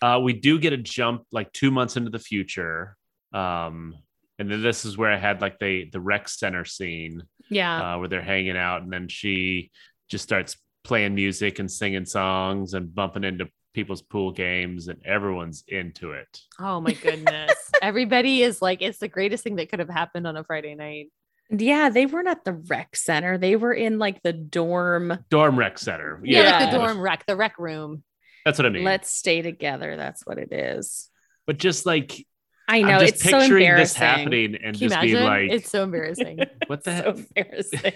Speaker 2: Uh, we do get a jump like two months into the future, um, and then this is where I had like the the rec center scene
Speaker 3: yeah.
Speaker 2: uh, where they're hanging out, and then she just starts playing music and singing songs and bumping into people's pool games, and everyone's into it.
Speaker 1: oh my goodness everybody is like it's the greatest thing that could have happened on a friday night
Speaker 3: yeah, they weren't at the rec center. They were in like the dorm.
Speaker 2: Dorm rec center.
Speaker 1: yeah, like
Speaker 3: Yeah.
Speaker 1: the dorm rec the rec room
Speaker 2: That's what I mean.
Speaker 3: Let's stay together. That's what it is.
Speaker 2: but just like
Speaker 3: I
Speaker 2: I
Speaker 3: know
Speaker 2: am just
Speaker 3: it's so
Speaker 2: picturing
Speaker 3: embarrassing.
Speaker 2: this happening
Speaker 1: can
Speaker 2: and
Speaker 1: you
Speaker 2: just
Speaker 1: imagine
Speaker 2: being like,
Speaker 1: it's so embarrassing
Speaker 2: what the
Speaker 3: It's
Speaker 2: heck?
Speaker 3: so embarrassing.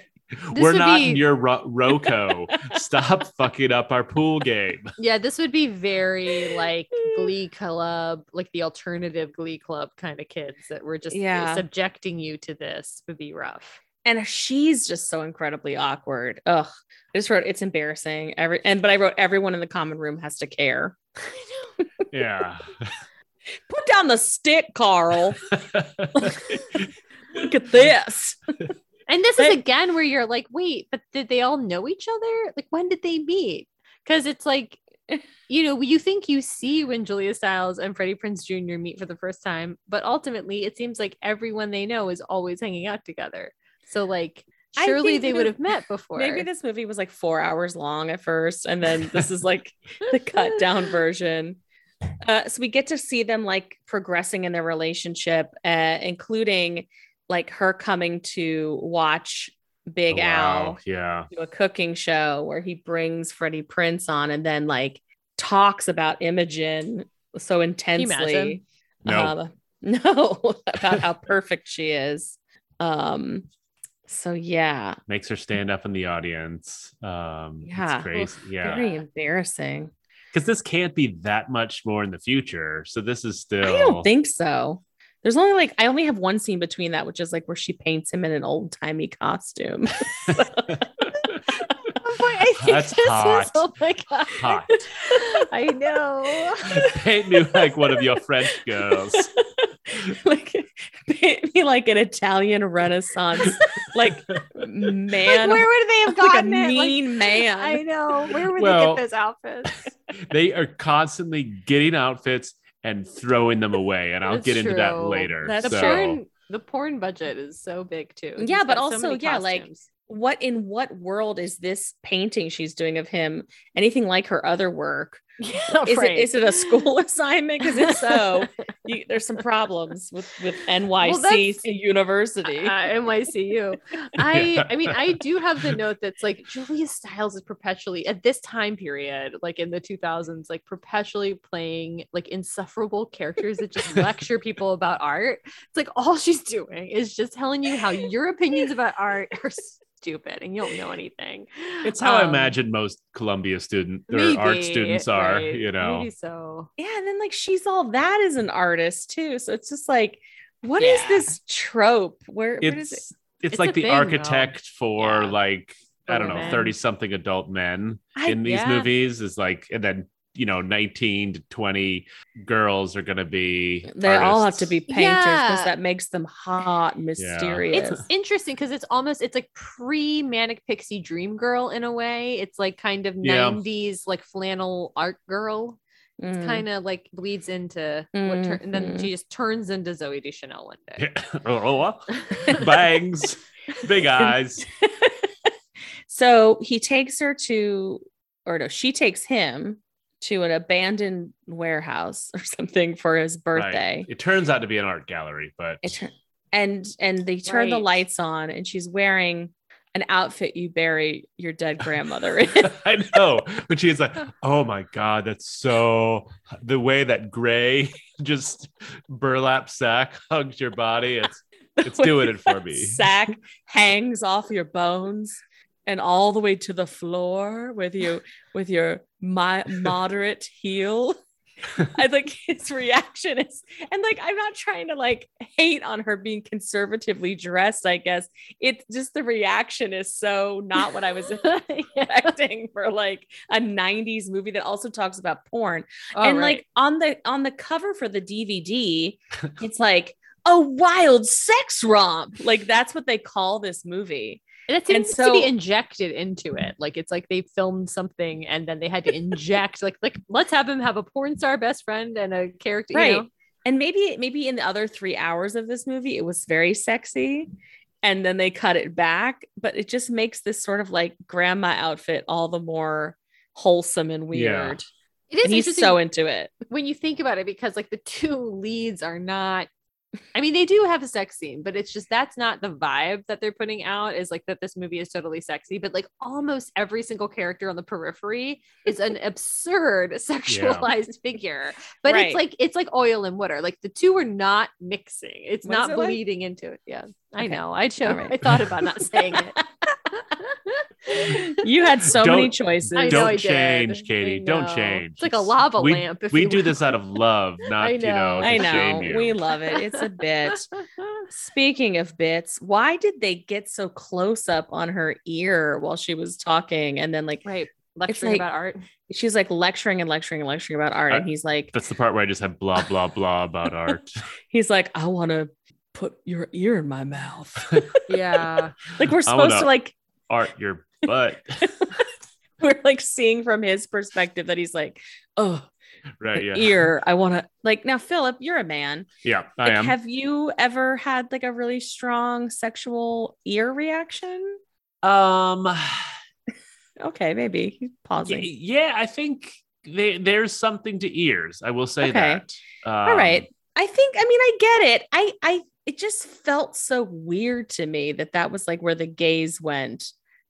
Speaker 2: We're
Speaker 1: would
Speaker 2: not
Speaker 1: be-
Speaker 2: in your ro- Roco. Stop fucking up our pool game.
Speaker 1: yeah this would be very like glee club like the alternative glee club kind of kids that were just
Speaker 3: Yeah.
Speaker 1: subjecting you to this would be rough
Speaker 3: and she's just so incredibly awkward. Ugh. I just wrote it's embarrassing. Every and but I wrote everyone in the common room has to care.
Speaker 2: Yeah.
Speaker 3: Put down the stick, Carl. Look at this.
Speaker 1: And this
Speaker 3: But-
Speaker 1: is again where you're like, wait, but did they all know each other? Like, when did they meet? Because it's like, you know, you think you see when Julia Stiles and Freddie Prince Jr. meet for the first time, but ultimately it seems like everyone they know is always hanging out together. So, like,
Speaker 3: I
Speaker 1: surely
Speaker 3: think
Speaker 1: they
Speaker 3: that-
Speaker 1: would have met before.
Speaker 3: Maybe this movie was like four hours long at first, and then this is like the cut down version. Uh, so we get to see them like progressing in their relationship, uh, including like her coming to watch Big Al
Speaker 2: Wow. Yeah.
Speaker 3: do a cooking show where he brings Freddie Prince on and then like talks about Imogen so
Speaker 1: you imagine?
Speaker 3: intensely.
Speaker 2: No.
Speaker 3: Um, no, about how perfect she is. Um, so yeah,
Speaker 2: Makes her stand up in the audience. Um,
Speaker 3: Yeah.
Speaker 2: It's crazy. Yeah.
Speaker 3: very embarrassing.
Speaker 2: because this can't be that much more in the future. So this is still.
Speaker 3: I don't think so. There's only like I only have one scene between that, which is like where she paints him in an old timey costume.
Speaker 1: I think
Speaker 2: That's
Speaker 1: this
Speaker 2: hot.
Speaker 1: was oh my god.
Speaker 2: Hot.
Speaker 1: I know.
Speaker 2: Paint me like one of your French girls.
Speaker 3: like paint me like an Italian Renaissance, like man,
Speaker 1: Like, where would they have
Speaker 3: like a
Speaker 1: gotten it? Like,
Speaker 3: mean man.
Speaker 1: I know. Where would
Speaker 2: Well-
Speaker 1: they get those outfits?
Speaker 2: they are constantly getting outfits and throwing them away, and I'll
Speaker 1: That's
Speaker 2: get into that
Speaker 1: true.
Speaker 2: later.
Speaker 3: That's
Speaker 1: The
Speaker 2: so,
Speaker 1: porn, the porn budget is so big too.
Speaker 3: Yeah,
Speaker 1: He's
Speaker 3: but
Speaker 1: got so
Speaker 3: also,
Speaker 1: many
Speaker 3: yeah, like,
Speaker 1: costumes.
Speaker 3: what in what world is this painting she's doing of him anything like her other work?
Speaker 1: yeah,
Speaker 3: Is
Speaker 1: right.
Speaker 3: it is it a school assignment? Because if so, you, there's some problems with with NYC
Speaker 1: that's-
Speaker 3: University.
Speaker 1: Uh, NYCU. I
Speaker 2: Yeah.
Speaker 1: I mean I do have the note that's like Julia Stiles is perpetually at this time period, like in the 2000s, like perpetually playing like insufferable characters that just lecture people about art. It's like all she's doing is just telling you how your opinions about art are stupid and you don't know anything.
Speaker 2: it's how I
Speaker 1: Um,
Speaker 2: imagine most Columbia student or art
Speaker 1: maybe,
Speaker 2: students are.
Speaker 1: right,
Speaker 2: You know,
Speaker 1: Maybe so.
Speaker 3: yeah and then like she's all that as an artist too so it's just like what is
Speaker 1: Yeah.
Speaker 3: this trope where what is it
Speaker 2: it's it's
Speaker 1: It's
Speaker 2: like
Speaker 1: a
Speaker 2: the
Speaker 1: thing, though.
Speaker 2: architect for
Speaker 1: Yeah.
Speaker 2: like I
Speaker 1: For
Speaker 2: don't know
Speaker 1: women.
Speaker 2: thirty something adult men
Speaker 3: I-
Speaker 2: in these
Speaker 1: yeah.
Speaker 2: movies is like and then you know nineteen to twenty girls are gonna be
Speaker 3: they all have to
Speaker 2: artists.
Speaker 3: be painters because
Speaker 1: Yeah.
Speaker 3: that makes them hot and mysterious
Speaker 1: It's interesting because it's almost it's like pre Manic Pixie Dream Girl in a way. It's like kind of
Speaker 2: Yeah.
Speaker 1: 90s like flannel art girl.
Speaker 3: Mm.
Speaker 1: Kind of like bleeds into what tur- and then
Speaker 3: Mhm.
Speaker 1: she just turns into Zoe Deschanel one day.
Speaker 2: Oh, bangs big eyes
Speaker 3: so he takes her to or no she takes him to an abandoned warehouse or something for his
Speaker 2: Right.
Speaker 3: birthday
Speaker 2: it turns out to be an art gallery but
Speaker 3: It tur- and and they turn the
Speaker 1: Right.
Speaker 3: lights on and she's wearing an outfit you bury your dead grandmother in
Speaker 2: I know but she's like oh my god that's so the way that gray just burlap sack hugs your body it's It's doing it for me.
Speaker 3: Sack hangs off your bones and all the way to the floor with you with your mi- moderate heel. I think his reaction is, and like I'm not trying to like hate on her being conservatively dressed. I guess it's just the reaction is so not what I was
Speaker 1: Yeah.
Speaker 3: expecting for like a '90s movie that also talks about porn
Speaker 1: All
Speaker 3: and
Speaker 1: right.
Speaker 3: like on the on the cover for the DVD, it's like a wild sex romp. Like that's what they call this movie.
Speaker 1: that
Speaker 3: and
Speaker 1: seems to be
Speaker 3: so-
Speaker 1: injected into it. Like it's like they filmed something and then they had to inject like like let's have him have a porn star best friend and a character. You know?
Speaker 3: And maybe maybe in the other three hours of this movie, it was very sexy. And then they cut it back, but it just makes this sort of like grandma outfit all the more wholesome and
Speaker 2: Yeah.
Speaker 3: weird.
Speaker 1: It is
Speaker 3: And he's
Speaker 1: interesting
Speaker 3: so into it.
Speaker 1: when you think about it because like the two leads are not I mean they do have a sex scene but it's just that's not the vibe that they're putting out is like that this movie is totally sexy but like almost every single character on the periphery is an absurd sexualized figure but
Speaker 3: Right.
Speaker 1: it's like it's like oil and water like the two are not mixing it's
Speaker 3: What is
Speaker 1: not
Speaker 3: it like?
Speaker 1: bleeding into it yeah I
Speaker 3: Okay.
Speaker 1: know I chose
Speaker 3: All right.
Speaker 1: I thought about not saying it
Speaker 3: You had so many
Speaker 2: Don't-
Speaker 3: choices.
Speaker 1: I know
Speaker 2: don't
Speaker 1: I did.
Speaker 2: change,
Speaker 1: I
Speaker 2: Katie. Don't
Speaker 1: know.
Speaker 2: change.
Speaker 1: It's like a lava
Speaker 2: we,
Speaker 1: lamp, if
Speaker 2: we
Speaker 1: you
Speaker 2: do
Speaker 1: will.
Speaker 2: this out of love, not
Speaker 1: I
Speaker 2: you know.
Speaker 1: know.
Speaker 2: To
Speaker 3: I
Speaker 2: Shame
Speaker 3: know.
Speaker 2: you.
Speaker 3: We love it. It's a bit. Speaking of bits, why did they get so close up on her ear while she was talking? And then, like,
Speaker 1: right lecturing
Speaker 3: like-
Speaker 1: about art
Speaker 3: she's like lecturing and lecturing and lecturing about art. And he's like,
Speaker 2: That's the part where I just have blah blah blah about art.
Speaker 3: he's like, I want to put your ear in my mouth.
Speaker 1: yeah
Speaker 3: like, we're
Speaker 2: I
Speaker 3: supposed
Speaker 2: wanna-
Speaker 3: to, like,
Speaker 2: art your butt,
Speaker 3: we're like seeing from his perspective that he's like, oh,
Speaker 2: right?
Speaker 3: the
Speaker 2: Uh, Yeah,
Speaker 3: ear. I want to, like, now, Philip, you're a man.
Speaker 2: yeah. I
Speaker 3: Like,
Speaker 2: am.
Speaker 3: have you ever had like a really strong sexual ear reaction?
Speaker 2: um,
Speaker 3: Okay, maybe he's
Speaker 2: y-
Speaker 3: pausing.
Speaker 2: yeah. I think there there's something to ears. I will say
Speaker 3: Okay.
Speaker 2: that. Um,
Speaker 3: All right. I think I mean I get it. I I it just felt so weird to me that that was like where the gaze went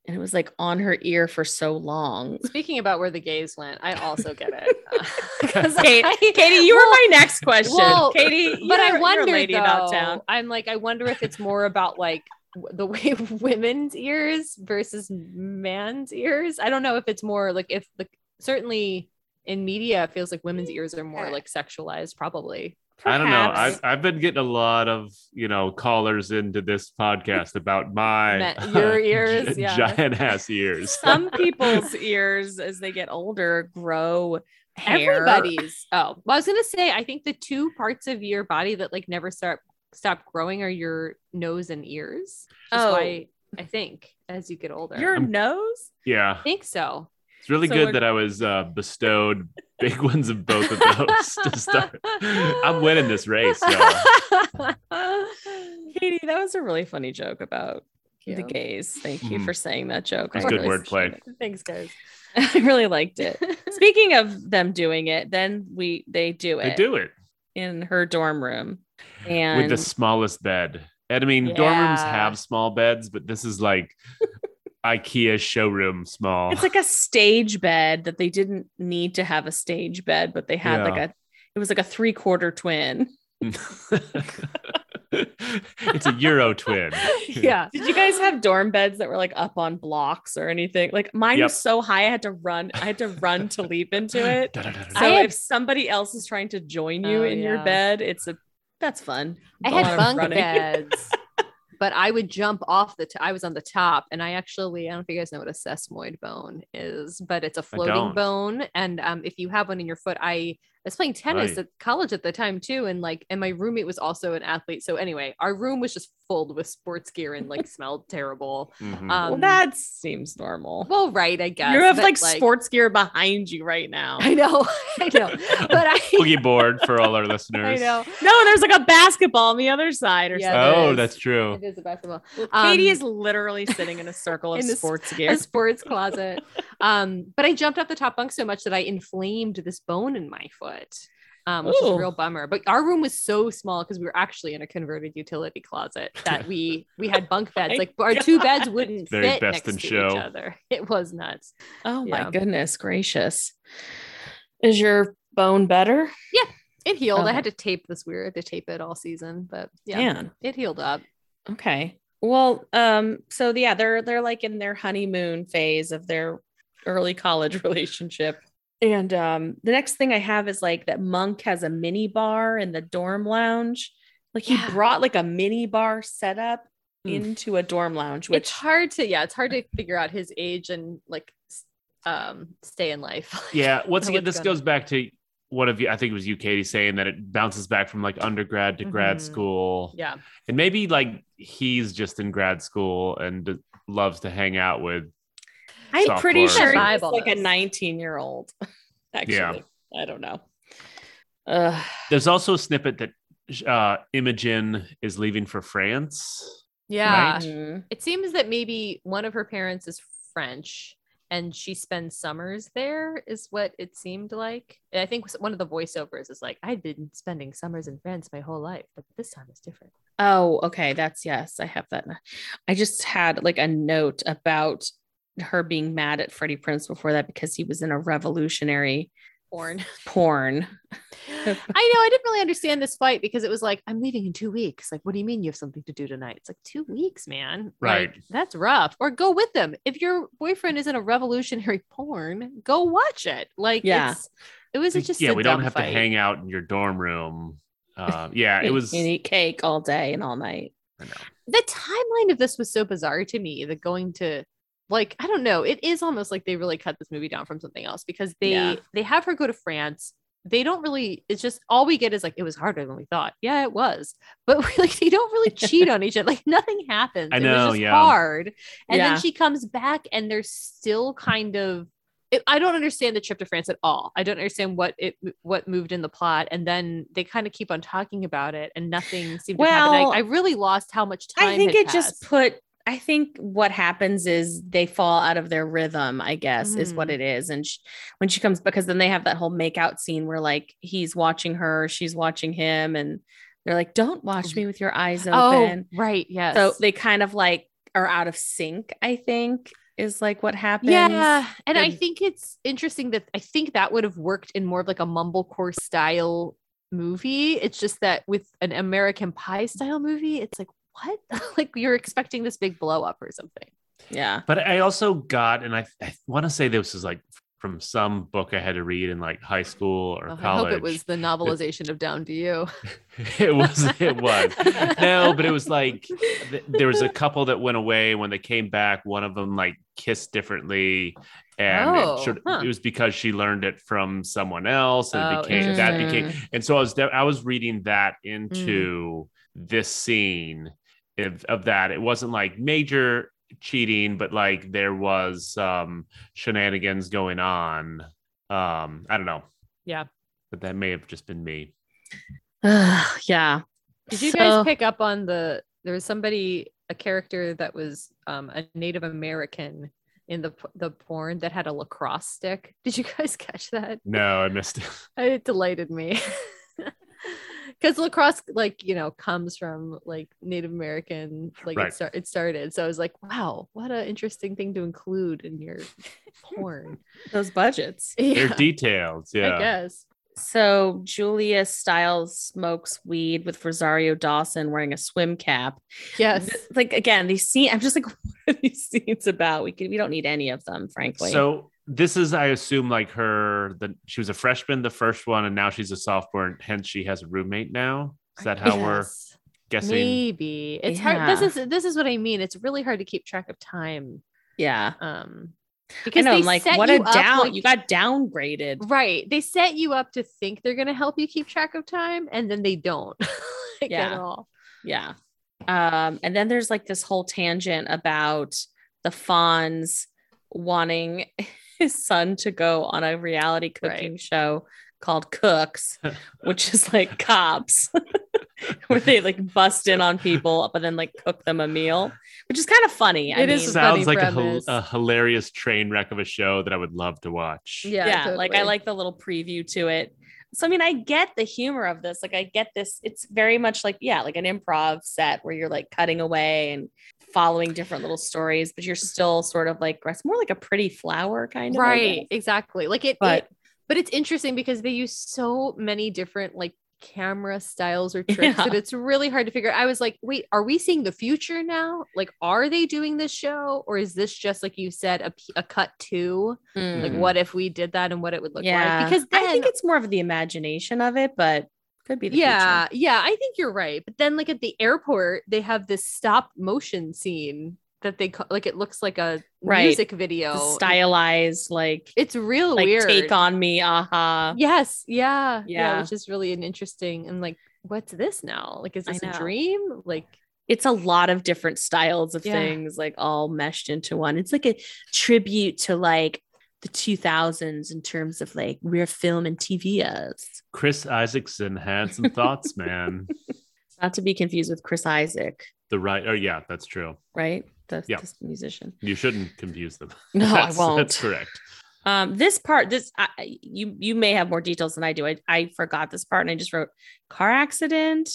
Speaker 3: and it was like on her ear for so long.
Speaker 1: Speaking about where the gays went, I also get it. Uh, 'Cause
Speaker 3: Kate-
Speaker 1: I-
Speaker 3: Katie, you were
Speaker 1: Well,
Speaker 3: my next question.
Speaker 1: well,
Speaker 3: Katie,
Speaker 1: but
Speaker 3: you're-
Speaker 1: I
Speaker 3: you're a
Speaker 1: wonder
Speaker 3: lady
Speaker 1: though,
Speaker 3: about town.
Speaker 1: I'm like, I wonder if it's more about like w- the way women's ears versus man's ears. I don't know if it's more like if the certainly in media, it feels like women's ears are more
Speaker 3: Yeah.
Speaker 1: like sexualized, probably.
Speaker 2: I don't know.
Speaker 3: Perhaps.
Speaker 2: I've, I've been getting a lot of, you know, callers into this podcast about my
Speaker 1: Me- your ears,
Speaker 2: gi-
Speaker 1: yeah.
Speaker 2: giant ass ears.
Speaker 3: Some people's ears, as they get older, grow hair.
Speaker 1: Everybody's. Oh, well, I was gonna say, I think the two parts of your body that like never start stop growing are your nose and ears. Which is
Speaker 3: Oh.
Speaker 1: why I think as you get older,
Speaker 3: Your nose?
Speaker 2: yeah.
Speaker 1: I think so.
Speaker 2: It's really
Speaker 3: So
Speaker 2: good
Speaker 3: we're-
Speaker 2: that I was uh, bestowed big ones of both of those to start. I'm winning this race. Y'all.
Speaker 3: Uh, Katie, that was a really funny joke about the
Speaker 1: Cute.
Speaker 3: gays. Thank you
Speaker 2: Mhm.
Speaker 3: for saying that joke.
Speaker 2: That's
Speaker 3: I
Speaker 2: good
Speaker 3: really-
Speaker 2: wordplay.
Speaker 1: Thanks, guys.
Speaker 3: I really liked it. Speaking of them doing it, then we they do
Speaker 2: They
Speaker 3: it
Speaker 2: do it
Speaker 3: in her dorm room.
Speaker 2: with
Speaker 3: And
Speaker 2: the smallest bed. And I mean, dorm rooms
Speaker 3: Yeah.
Speaker 2: have small beds, but this is like IKEA showroom small.
Speaker 3: it's like a stage bed that they didn't need to have a stage bed, but they had like
Speaker 2: Yeah.
Speaker 3: a it was like a three quarter twin.
Speaker 2: it's a Euro twin.
Speaker 1: yeah.
Speaker 3: Did you guys have dorm beds that were like up on blocks or anything? Like mine
Speaker 2: Yep.
Speaker 3: was so high I had to run, I had to run to leap into it.
Speaker 2: Da-da-da-da-da.
Speaker 3: So
Speaker 1: I had-
Speaker 3: if somebody else is trying to join you
Speaker 1: Oh,
Speaker 3: in your
Speaker 1: yeah.
Speaker 3: bed, it's a that's fun.
Speaker 1: I
Speaker 3: A lot
Speaker 1: had
Speaker 3: of
Speaker 1: bunk
Speaker 3: running.
Speaker 1: beds, but I would jump off the. T- I was on the top, and I actually I don't know if you guys know what a sesamoid bone is, but it's a floating
Speaker 2: don't.
Speaker 1: bone. And um, if you have one in your foot, I was playing tennis
Speaker 2: Right.
Speaker 1: at college at the time too, and like, and my roommate was also an athlete. So anyway, our room was just filled with sports gear and like smelled terrible.
Speaker 2: Mhm.
Speaker 1: Um,
Speaker 3: Well, that seems normal.
Speaker 1: well, right, I guess
Speaker 3: you have
Speaker 1: but,
Speaker 3: like, sports gear behind you right now.
Speaker 1: I know, I know, but I.
Speaker 2: Boogie board for all our
Speaker 1: I
Speaker 2: listeners.
Speaker 1: know.
Speaker 3: No, there's like a basketball on the other side or
Speaker 1: Yeah,
Speaker 3: something.
Speaker 1: there
Speaker 2: Oh,
Speaker 1: is.
Speaker 2: that's true.
Speaker 1: It is a basketball.
Speaker 3: Katie
Speaker 1: Um,
Speaker 3: is literally sitting in a circle of
Speaker 1: in this-
Speaker 3: sports
Speaker 1: a
Speaker 3: gear.
Speaker 1: sports closet. Um, but I jumped off the top bunk so much that I inflamed this bone in my foot, um, which is a
Speaker 2: Oh.
Speaker 3: Ooh.
Speaker 1: real bummer. But our room was so small because we were actually in a converted utility closet that we we had bunk beds.
Speaker 3: my
Speaker 1: Like our two
Speaker 3: God.
Speaker 1: beds wouldn't
Speaker 2: Very
Speaker 1: fit
Speaker 2: best
Speaker 1: next
Speaker 2: in
Speaker 1: to
Speaker 2: show.
Speaker 1: each other. It was nuts.
Speaker 3: Oh my
Speaker 1: Yeah.
Speaker 3: goodness gracious. Is your bone better?
Speaker 1: It healed. I
Speaker 2: Oh.
Speaker 3: Okay.
Speaker 1: had to tape this weird. I had to tape it all season, but yeah,
Speaker 3: Man.
Speaker 1: it healed up.
Speaker 3: Okay. Well, um, so yeah, they're they're like in their honeymoon phase of their early college relationship. And um the next thing I have is like that monk has a mini bar in the dorm lounge. Like he
Speaker 1: Yeah.
Speaker 3: brought like a mini bar setup
Speaker 2: Mm.
Speaker 3: into a dorm lounge, which
Speaker 1: it's hard to yeah, it's hard to figure out his age and like s- um stay in life.
Speaker 2: Yeah. Once
Speaker 1: know
Speaker 2: again,
Speaker 1: what's
Speaker 2: this
Speaker 1: going
Speaker 2: goes back to one of you. I think it was you, Katie, saying that it bounces back from like undergrad to
Speaker 1: Mhm.
Speaker 2: grad school,
Speaker 1: Yeah.
Speaker 2: and maybe like he's just in grad school and d- loves to hang out with.
Speaker 3: I'm pretty
Speaker 2: sophomore.
Speaker 3: sure
Speaker 1: Vibe
Speaker 3: he's
Speaker 1: on
Speaker 3: like a
Speaker 1: this.
Speaker 3: 19 year old. Actually,
Speaker 2: Yeah.
Speaker 3: I don't know. Ugh.
Speaker 2: There's also a snippet that uh, Imogen is leaving for France.
Speaker 1: Yeah.
Speaker 2: Right?
Speaker 3: Mhm.
Speaker 1: It seems that maybe one of her parents is French and she spends summers there, is what it seemed like. And I think one of the voiceovers is like, I've been spending summers in France my whole life, but this time is different.
Speaker 3: Oh, okay. That's yes. I have that. now. I just had like a note about her being mad at Freddie Prince before that because he was in a revolutionary
Speaker 1: Born.
Speaker 3: porn.
Speaker 1: I know. I didn't really understand this fight because it was like, I'm leaving in two weeks. Like, what do you mean you have something to do tonight? It's like, two weeks, man. Like,
Speaker 2: Right.
Speaker 1: that's rough. Or go with them. If your boyfriend is in a revolutionary porn, go watch it. Like,
Speaker 3: Yeah.
Speaker 1: it's, it was
Speaker 2: Like,
Speaker 1: just,
Speaker 2: yeah,
Speaker 1: a
Speaker 2: we don't
Speaker 1: dumb
Speaker 2: have to
Speaker 1: fight.
Speaker 2: hang out in your dorm room. Uh, yeah, it
Speaker 3: You-
Speaker 2: was.
Speaker 3: you eat cake all day and all night.
Speaker 1: the timeline of this was so bizarre to me the going to like i don't know it is almost like they really cut this movie down from something else because they
Speaker 3: Yeah.
Speaker 1: they have her go to france they don't really it's just all we get is like it was harder than we thought yeah it was but we, like they don't really cheat on each other like nothing happens
Speaker 2: I
Speaker 1: it
Speaker 2: know,
Speaker 1: was just
Speaker 2: yeah.
Speaker 1: hard and
Speaker 3: Yeah.
Speaker 1: then she comes back and they're still kind of it, i don't understand the trip to france at all i don't understand what it what moved in the plot and then they kind of keep on talking about it and nothing seemed to happen
Speaker 3: Well,
Speaker 1: I, I really lost how much time
Speaker 3: I think
Speaker 1: had
Speaker 3: it just
Speaker 1: passed.
Speaker 3: put. I think what happens is they fall out of their rhythm. I guess is what
Speaker 1: Mhm.
Speaker 3: it is. And sh when she comes, because then they have that whole makeout scene where like he's watching her, she's watching him, and they're like, "Don't watch me with your eyes open."
Speaker 1: Oh, right. Yes.
Speaker 3: So they kind of like are out of sync. I think is like what happens.
Speaker 1: yeah, and I
Speaker 3: And-
Speaker 1: think it's interesting that I think that would have worked in more of like a mumblecore style movie. It's just that with an American Pie style movie, it's like what? like you're expecting this big blow up or something.
Speaker 3: yeah.
Speaker 2: But I also got, and I, I want to say this was like from some book I had to read in like high school or
Speaker 1: Oh, I
Speaker 2: college.
Speaker 1: hope it was the novelization of Down View.
Speaker 2: it was it was no but it was like th- there was a couple that went away when they came back one of them like kissed differently and
Speaker 1: Oh,
Speaker 2: it, should,
Speaker 1: huh.
Speaker 2: it was because she learned it from someone else and it
Speaker 1: Oh, Mm.
Speaker 2: became that
Speaker 3: interesting.
Speaker 2: became and so i was de- i was reading that into this scene of, of that it wasn't like major cheating but like there was um shenanigans going on um i don't know
Speaker 1: Yeah.
Speaker 2: but that may have just been me
Speaker 3: yeah.
Speaker 1: Did you
Speaker 3: So-
Speaker 1: guys pick up on the there was somebody a character that was um, a Native American in the p- the porn that had a lacrosse stick? Did you guys catch that?
Speaker 2: no i missed it
Speaker 1: It delighted me. Because lacrosse, like you know, comes from like Native American, like
Speaker 2: Right.
Speaker 1: it, start, it started. So I was like, wow, what an interesting thing to include in your porn.
Speaker 3: those budgets.
Speaker 2: They're
Speaker 1: yeah,
Speaker 2: details.
Speaker 1: I
Speaker 2: Yeah.
Speaker 1: guess.
Speaker 3: So Julia Stiles smokes weed with Rosario Dawson wearing a swim cap.
Speaker 1: Yes.
Speaker 3: Like again, these scene. I'm just like, what are these scenes about? We can, we don't need any of them, frankly.
Speaker 2: So this is, I assume, like her. The she was a freshman, the first one, and now she's a sophomore, and hence she has a roommate now. Is that how we're
Speaker 1: Yes.
Speaker 2: guessing?
Speaker 1: maybe it's hard
Speaker 3: Yeah.
Speaker 1: this is this is what i mean it's really hard to keep track of time
Speaker 3: yeah,
Speaker 1: um
Speaker 3: I
Speaker 1: because
Speaker 3: know.
Speaker 1: they
Speaker 3: I'm like,
Speaker 1: set
Speaker 3: what a
Speaker 1: you up,
Speaker 3: down.
Speaker 1: like-
Speaker 3: you got downgraded.
Speaker 1: right they set you up to think they're going to help you keep track of time and then they don't like,
Speaker 3: Yeah.
Speaker 1: at all
Speaker 3: Yeah. Um, and then there's like this whole tangent about the Fonz wanting his son to go on a reality cooking show called Cooks, which is like cops, where they like bust in on people, but then like cook them a meal, which is kind of funny. I
Speaker 1: It
Speaker 3: mean,
Speaker 1: is a
Speaker 2: Sounds
Speaker 1: funny
Speaker 2: like a, hil-
Speaker 1: premise.
Speaker 2: a hilarious train wreck of a show that I would love to watch.
Speaker 1: yeah
Speaker 3: yeah, like I
Speaker 1: totally.
Speaker 3: like the little preview to it. So I mean, I get the humor of this. Like I get this. It's very much like yeah, like an improv set where you're like cutting away and following different little stories, but you're still sort of like it's more like a pretty flower kind of I
Speaker 1: right
Speaker 3: guess.
Speaker 1: exactly like it
Speaker 3: But-
Speaker 1: but, it but it's interesting because they use so many different like camera styles or tricks
Speaker 3: Yeah.
Speaker 1: that it's really hard to figure i was like wait are we seeing the future now like are they doing this show or is this just like you said a, p- a cut to like
Speaker 2: Mhm.
Speaker 1: what if we did that and what it would look
Speaker 3: Hmm. yeah,
Speaker 1: like because then,
Speaker 3: I think it's more of the imagination of it, but could be the
Speaker 1: yeah yeah i think you're right but then like at the airport they have this stop motion scene that they ca- like it looks like a
Speaker 3: Right.
Speaker 1: music
Speaker 3: future.
Speaker 1: video
Speaker 3: The stylized like
Speaker 1: it's real
Speaker 3: like
Speaker 1: weird
Speaker 3: take on me, aha.
Speaker 1: yes yeah, yeah
Speaker 3: Yeah.
Speaker 1: which is really an interesting and like what's this now like is
Speaker 3: I
Speaker 1: this a
Speaker 3: know.
Speaker 1: dream like
Speaker 3: it's a lot of different styles of
Speaker 1: Yeah.
Speaker 3: things like all meshed into one. It's like a tribute to like the 2000s in terms of like where film and TV is.
Speaker 2: Chris Isaacson had some thoughts, man.
Speaker 3: Not to be confused with Chris Isaac,
Speaker 2: The right. Oh yeah, that's true.
Speaker 3: right? The,
Speaker 2: Yeah.
Speaker 3: the musician.
Speaker 2: You shouldn't confuse them.
Speaker 3: No,
Speaker 2: That's-
Speaker 3: I won't.
Speaker 2: That's correct.
Speaker 3: Um, this part, this I, I- you you may have more details than I do. I, I forgot this part and I just wrote car accident.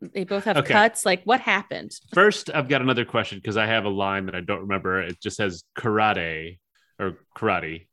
Speaker 3: They both have
Speaker 2: Okay.
Speaker 3: cuts. Like what happened?
Speaker 2: First, I've got another question because I have a line that I don't remember. It just says karate or karate.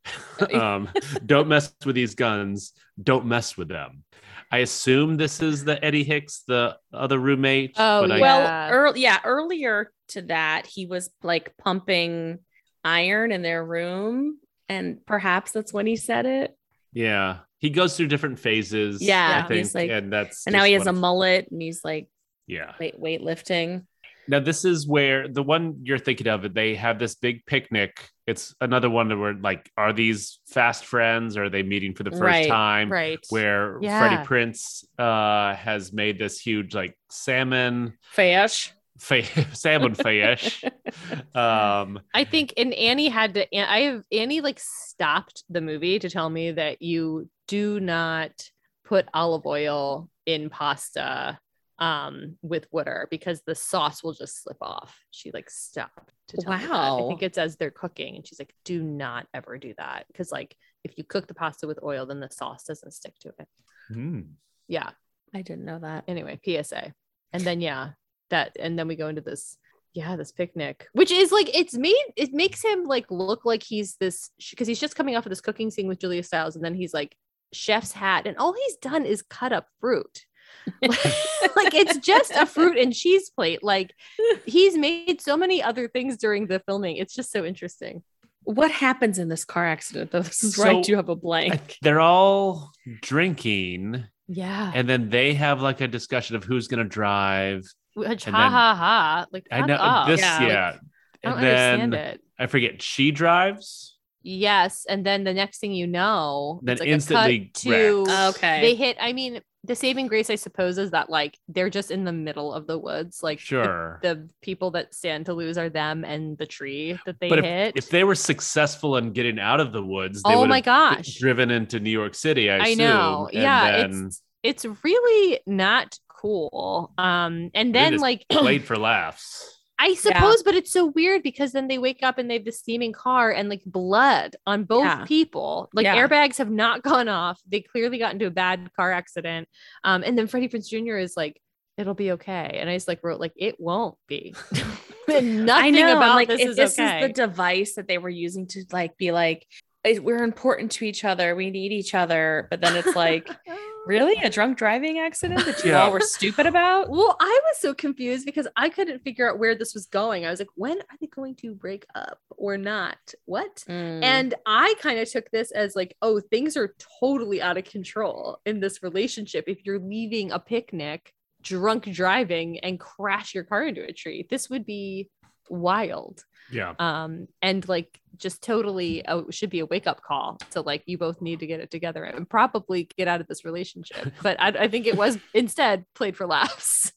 Speaker 2: um, don't mess with these guns. Don't mess with them. I assume this is the Eddie Hicks, the other roommate.
Speaker 1: Oh,
Speaker 2: but I-
Speaker 1: yeah.
Speaker 3: Well, earl- yeah, earlier to that, he was like pumping iron in their room, and perhaps that's when he said it.
Speaker 2: yeah. He goes through different phases.
Speaker 3: Yeah,
Speaker 2: I think,
Speaker 3: he's like-
Speaker 2: and that's
Speaker 3: And now he
Speaker 2: just
Speaker 3: has a
Speaker 2: one of-
Speaker 3: mullet, and he's like
Speaker 2: yeah.
Speaker 3: weight weightlifting.
Speaker 2: Now this is where the one you're thinking of. They have this big picnic. It's another one where like, are these fast friends? Or are they meeting for the first
Speaker 3: Right,
Speaker 2: time?
Speaker 1: right
Speaker 2: where
Speaker 1: Yeah.
Speaker 2: Freddie Prince uh, has made this huge like salmon
Speaker 3: Fash.
Speaker 2: fa- salmon fish. Um,
Speaker 1: I think, and Annie had to. An- I have Annie like stopped the movie to tell me that you do not put olive oil in pasta um, with water because the sauce will just slip off. She like stopped to tell me that. I
Speaker 3: Wow.
Speaker 1: think it's as they're cooking, and she's like, "Do not ever do that because like if you cook the pasta with oil, then the sauce doesn't stick to it."
Speaker 2: hmm.
Speaker 1: Yeah.
Speaker 3: I didn't know that.
Speaker 1: Anyway, PSA, and then yeah, that, and then we go into this yeah this picnic which is like it's made it makes him like look like he's this because he's just coming off of this cooking scene with julia styles and then he's like chef's hat and all he's done is cut up fruit like it's just a fruit and cheese plate like he's made so many other things during the filming it's just so interesting
Speaker 3: What happens in this car accident? Though this is where
Speaker 2: So,
Speaker 3: I do have a blank.
Speaker 2: I- They're all drinking,
Speaker 1: Yeah.
Speaker 2: and then they have like a discussion of who's going to drive.
Speaker 1: Which,
Speaker 2: and
Speaker 1: ha
Speaker 2: then-
Speaker 1: ha ha. Like,
Speaker 2: I
Speaker 1: fuck
Speaker 2: know uh,
Speaker 1: off.
Speaker 2: this,
Speaker 3: Yeah,
Speaker 2: yeah.
Speaker 3: like,
Speaker 1: I don't
Speaker 2: and then
Speaker 1: understand it.
Speaker 2: I forget she drives.
Speaker 1: Yes. And then the next thing you know,
Speaker 2: Then
Speaker 1: it's like a
Speaker 2: instantly
Speaker 1: cut to
Speaker 2: wrecked.
Speaker 3: okay.
Speaker 1: they hit. I mean, the saving grace, I suppose, is that like they're just in the middle of the woods. Like, the-
Speaker 2: sure.
Speaker 1: The, people that stand to lose are them and the tree that they
Speaker 2: but
Speaker 1: hit.
Speaker 2: if, if they were successful in getting out of the woods, they
Speaker 1: oh
Speaker 2: would
Speaker 1: my
Speaker 2: have d-
Speaker 1: gosh.
Speaker 2: driven into New York City. I,
Speaker 1: I
Speaker 2: assume,
Speaker 1: know.
Speaker 2: and
Speaker 1: Yeah,
Speaker 2: then
Speaker 1: it's it's really not cool. Um, and
Speaker 2: They
Speaker 1: then
Speaker 2: just
Speaker 1: like
Speaker 2: played for laughs.
Speaker 1: I suppose, but it's so weird because then they wake up and they have the steaming car and like blood on both
Speaker 3: Yeah.
Speaker 1: people. Like
Speaker 3: Yeah.
Speaker 1: airbags have not gone off. They clearly got into a bad car accident. Um, and then Freddie Prince Jr. is like, "It'll be okay," and I just like wrote like, "It won't be." And
Speaker 3: I
Speaker 1: Nothing
Speaker 3: know,
Speaker 1: about
Speaker 3: like,
Speaker 1: this
Speaker 3: if
Speaker 1: is
Speaker 3: this
Speaker 1: okay.
Speaker 3: is the device that they were using to like be like, "Eh, we're important to each other, we need each other. But then it's like, really, a drunk driving accident that you
Speaker 2: Yeah.
Speaker 3: all were stupid about?
Speaker 1: Well, I was so confused because I couldn't figure out where this was going. I was like, when are they going to break up or not? What?
Speaker 3: Mm.
Speaker 1: And I kind of took this as like, oh, things are totally out of control in this relationship. If you're leaving a picnic, drunk driving, and crash your car into a tree, this would be wild.
Speaker 2: Yeah.
Speaker 1: Um, and like just totally uh, should be a wake up call to like you both need to get it together and probably get out of this relationship. But I, I think it was instead played for laughs.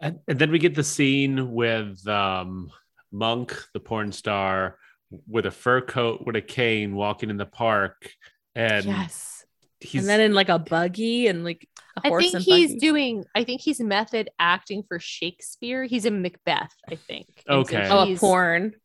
Speaker 2: And, and then we get the scene with um, Monk, the porn star, with a fur coat, with a cane, walking in the park. And
Speaker 1: yes.
Speaker 2: he's
Speaker 3: and then in like a buggy and like a
Speaker 1: I
Speaker 3: horse
Speaker 1: think
Speaker 3: and
Speaker 1: he's
Speaker 3: buggy.
Speaker 1: doing. I think he's method acting for Shakespeare. He's in Macbeth, I think. And so
Speaker 2: Okay.
Speaker 3: oh a
Speaker 1: he's-
Speaker 3: porn.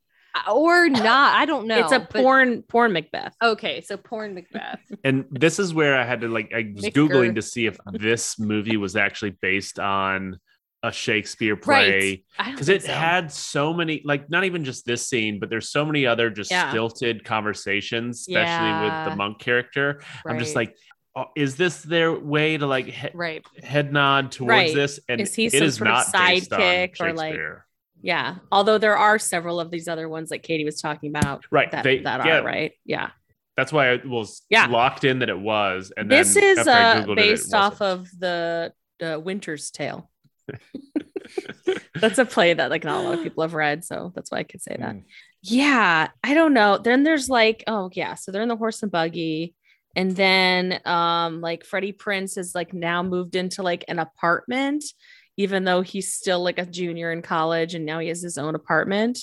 Speaker 1: or not. I don't know.
Speaker 3: it's a
Speaker 1: but- Oh.
Speaker 3: porn porn Macbeth.
Speaker 1: Okay, so porn Macbeth.
Speaker 2: and this is where I had to like I was
Speaker 1: Mick
Speaker 2: googling
Speaker 1: Gur-
Speaker 2: to see if this movie was actually based on a Shakespeare play
Speaker 1: I don't
Speaker 2: because
Speaker 1: think
Speaker 2: it
Speaker 1: so.
Speaker 2: had so many like not even just this scene, but there's so many other just
Speaker 3: Yeah.
Speaker 2: stilted conversations, especially with
Speaker 1: Yeah.
Speaker 2: the monk character. I'm just
Speaker 1: Right,
Speaker 2: like, oh, is this their way to like he-
Speaker 1: right.
Speaker 2: head nod towards
Speaker 3: Right.
Speaker 2: this? And
Speaker 3: Is he
Speaker 2: it
Speaker 3: some
Speaker 2: is
Speaker 3: sort of
Speaker 2: not based on
Speaker 3: sidekick or, like-
Speaker 2: Shakespeare.
Speaker 3: Yeah. Although there are several of these other ones that Katie was talking about
Speaker 2: right?
Speaker 3: that
Speaker 2: they,
Speaker 3: that
Speaker 2: yeah,
Speaker 3: are right. Yeah.
Speaker 2: That's why I was
Speaker 3: Yeah.
Speaker 2: locked in that it was. And
Speaker 3: this
Speaker 2: then
Speaker 3: is
Speaker 2: after I
Speaker 3: uh
Speaker 2: Googled it, it
Speaker 3: based off
Speaker 2: wasn't.
Speaker 3: of the the Winter's Tale. That's a play that like not a lot of people have read, so that's why I could say that.
Speaker 2: Mm.
Speaker 3: Yeah, I don't know. Then there's like, oh yeah, so they're in the horse and buggy, and then um like Freddie Prince is like now moved into like an apartment, even though he's still like a junior in college, and now he has his own apartment,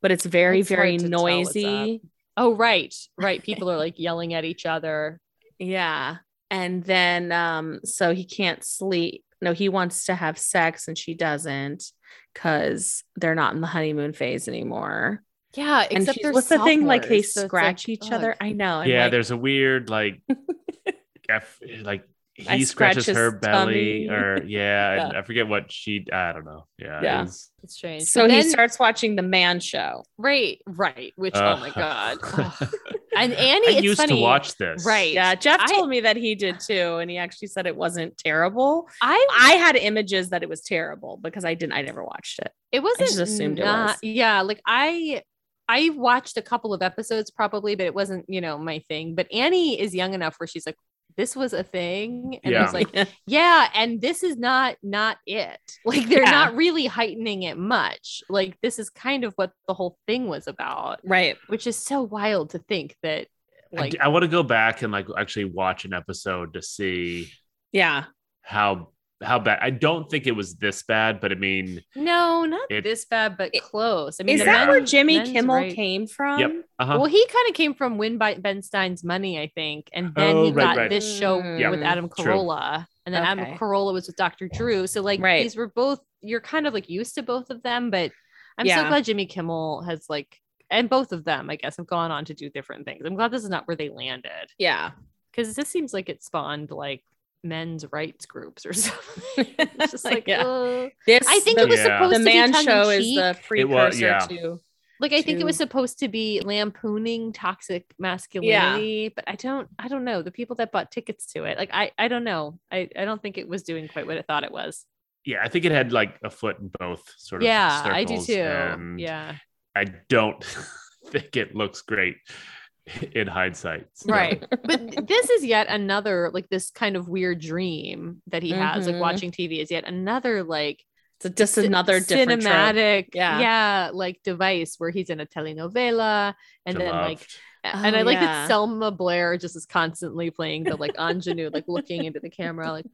Speaker 3: but it's very
Speaker 1: It's
Speaker 3: very
Speaker 1: hard to tell what's
Speaker 3: noisy.
Speaker 1: Oh, right, right. People are like yelling at each other.
Speaker 3: Yeah. And then um so he can't sleep. No, he wants to have sex and she doesn't cuz they're not in the honeymoon phase anymore.
Speaker 1: Yeah,
Speaker 3: and
Speaker 1: except
Speaker 3: she's-
Speaker 1: there's
Speaker 3: what's the thing like oh, they
Speaker 1: sophomores, so it's
Speaker 3: scratch each other?
Speaker 1: ugh.
Speaker 3: I know. I'm
Speaker 2: yeah,
Speaker 3: like,
Speaker 2: there's a weird like, F, like
Speaker 3: I
Speaker 2: he
Speaker 3: scratch
Speaker 2: scratches
Speaker 3: his
Speaker 2: her belly,
Speaker 3: tummy.
Speaker 2: or yeah, and
Speaker 3: Yeah.
Speaker 2: I forget what she. I don't know. Yeah,
Speaker 3: Yeah.
Speaker 2: it's-
Speaker 1: It's strange.
Speaker 3: so
Speaker 1: But
Speaker 3: he
Speaker 1: then-
Speaker 3: starts watching the man show.
Speaker 1: right, right. Which
Speaker 2: uh,
Speaker 1: oh my god. Ugh. And Annie,
Speaker 2: I
Speaker 1: it's
Speaker 2: used
Speaker 1: funny.
Speaker 2: to watch this.
Speaker 1: Right.
Speaker 3: Yeah, Jeff
Speaker 1: I-
Speaker 3: told me that he did too and he actually said it wasn't terrible.
Speaker 1: I
Speaker 3: I had images that it was terrible because I didn't I never watched it.
Speaker 1: It wasn't.
Speaker 3: just assumed it
Speaker 1: not-
Speaker 3: was.
Speaker 1: Yeah, like I, I watched a couple of episodes probably, but it wasn't you know my thing. But Annie is young enough where she's like, this was a thing, and I
Speaker 2: Yeah.
Speaker 1: was like, yeah, and this is not not it. Like they're
Speaker 3: Yeah.
Speaker 1: not really heightening it much. Like this is kind of what the whole thing was about,
Speaker 3: right.
Speaker 1: which is so wild to think that
Speaker 2: I
Speaker 1: like
Speaker 2: d- I, want to go back and like actually watch an episode to see
Speaker 3: Yeah.
Speaker 2: how how bad. I don't think it was this bad, but I mean,
Speaker 1: no, not
Speaker 2: It-
Speaker 1: this bad, but
Speaker 3: I-
Speaker 1: close. I mean,
Speaker 3: Is
Speaker 1: the
Speaker 3: that
Speaker 1: men-
Speaker 3: where Jimmy
Speaker 1: men's
Speaker 3: Kimmel
Speaker 1: right-
Speaker 3: came from?
Speaker 2: yep. Uh-huh.
Speaker 1: Well, he kind of came from Win by Ben Stein's Money, I think, and then
Speaker 2: Oh,
Speaker 1: he
Speaker 2: right,
Speaker 1: got
Speaker 2: right.
Speaker 1: this show
Speaker 3: Yeah,
Speaker 1: with Adam
Speaker 2: true.
Speaker 1: Carolla, and then
Speaker 3: Okay.
Speaker 1: Adam Carolla was with Dr. Drew. So like
Speaker 3: Right.
Speaker 1: these were both you're kind of like used to both of them, but I'm
Speaker 3: Yeah.
Speaker 1: so glad Jimmy Kimmel has like and both of them, I guess, have gone on to do different things. I'm glad this is not where they landed
Speaker 3: Yeah.
Speaker 1: because this seems like it spawned like men's rights groups or something. it's just like,
Speaker 3: Yeah.
Speaker 1: ugh.
Speaker 3: This
Speaker 1: I think
Speaker 3: the,
Speaker 1: it was
Speaker 2: Yeah.
Speaker 1: supposed
Speaker 3: the
Speaker 1: to be
Speaker 3: man show is
Speaker 1: tongue-in-cheek.
Speaker 3: the
Speaker 2: It
Speaker 3: precursor
Speaker 2: was- yeah.
Speaker 3: to
Speaker 1: like I think it was
Speaker 3: to-
Speaker 1: supposed to be lampooning toxic masculinity, but I don't I don't know. The people that bought tickets to it, like I I don't know. I I don't think it was doing quite what it thought it was.
Speaker 2: yeah, I think it had like a foot in both sort of.
Speaker 1: yeah, I do
Speaker 2: circles,
Speaker 1: too.
Speaker 2: and
Speaker 1: Yeah.
Speaker 2: I don't. think it looks great in hindsight. So,
Speaker 1: Right. but this is yet another, like, this kind of weird dream that he has.
Speaker 2: Mm-hmm.
Speaker 1: Like,
Speaker 3: Mhm.
Speaker 1: watching TV is yet another, like,
Speaker 3: It's a- just
Speaker 1: ci-
Speaker 3: another different trope.
Speaker 1: cinematic,
Speaker 3: Yeah.
Speaker 1: yeah, like device where he's in a telenovela, and then like,
Speaker 2: Beloved.
Speaker 1: and
Speaker 3: Oh,
Speaker 1: I like
Speaker 3: yeah.
Speaker 1: that Selma Blair just is constantly playing the like ingenue, like looking into the camera, like,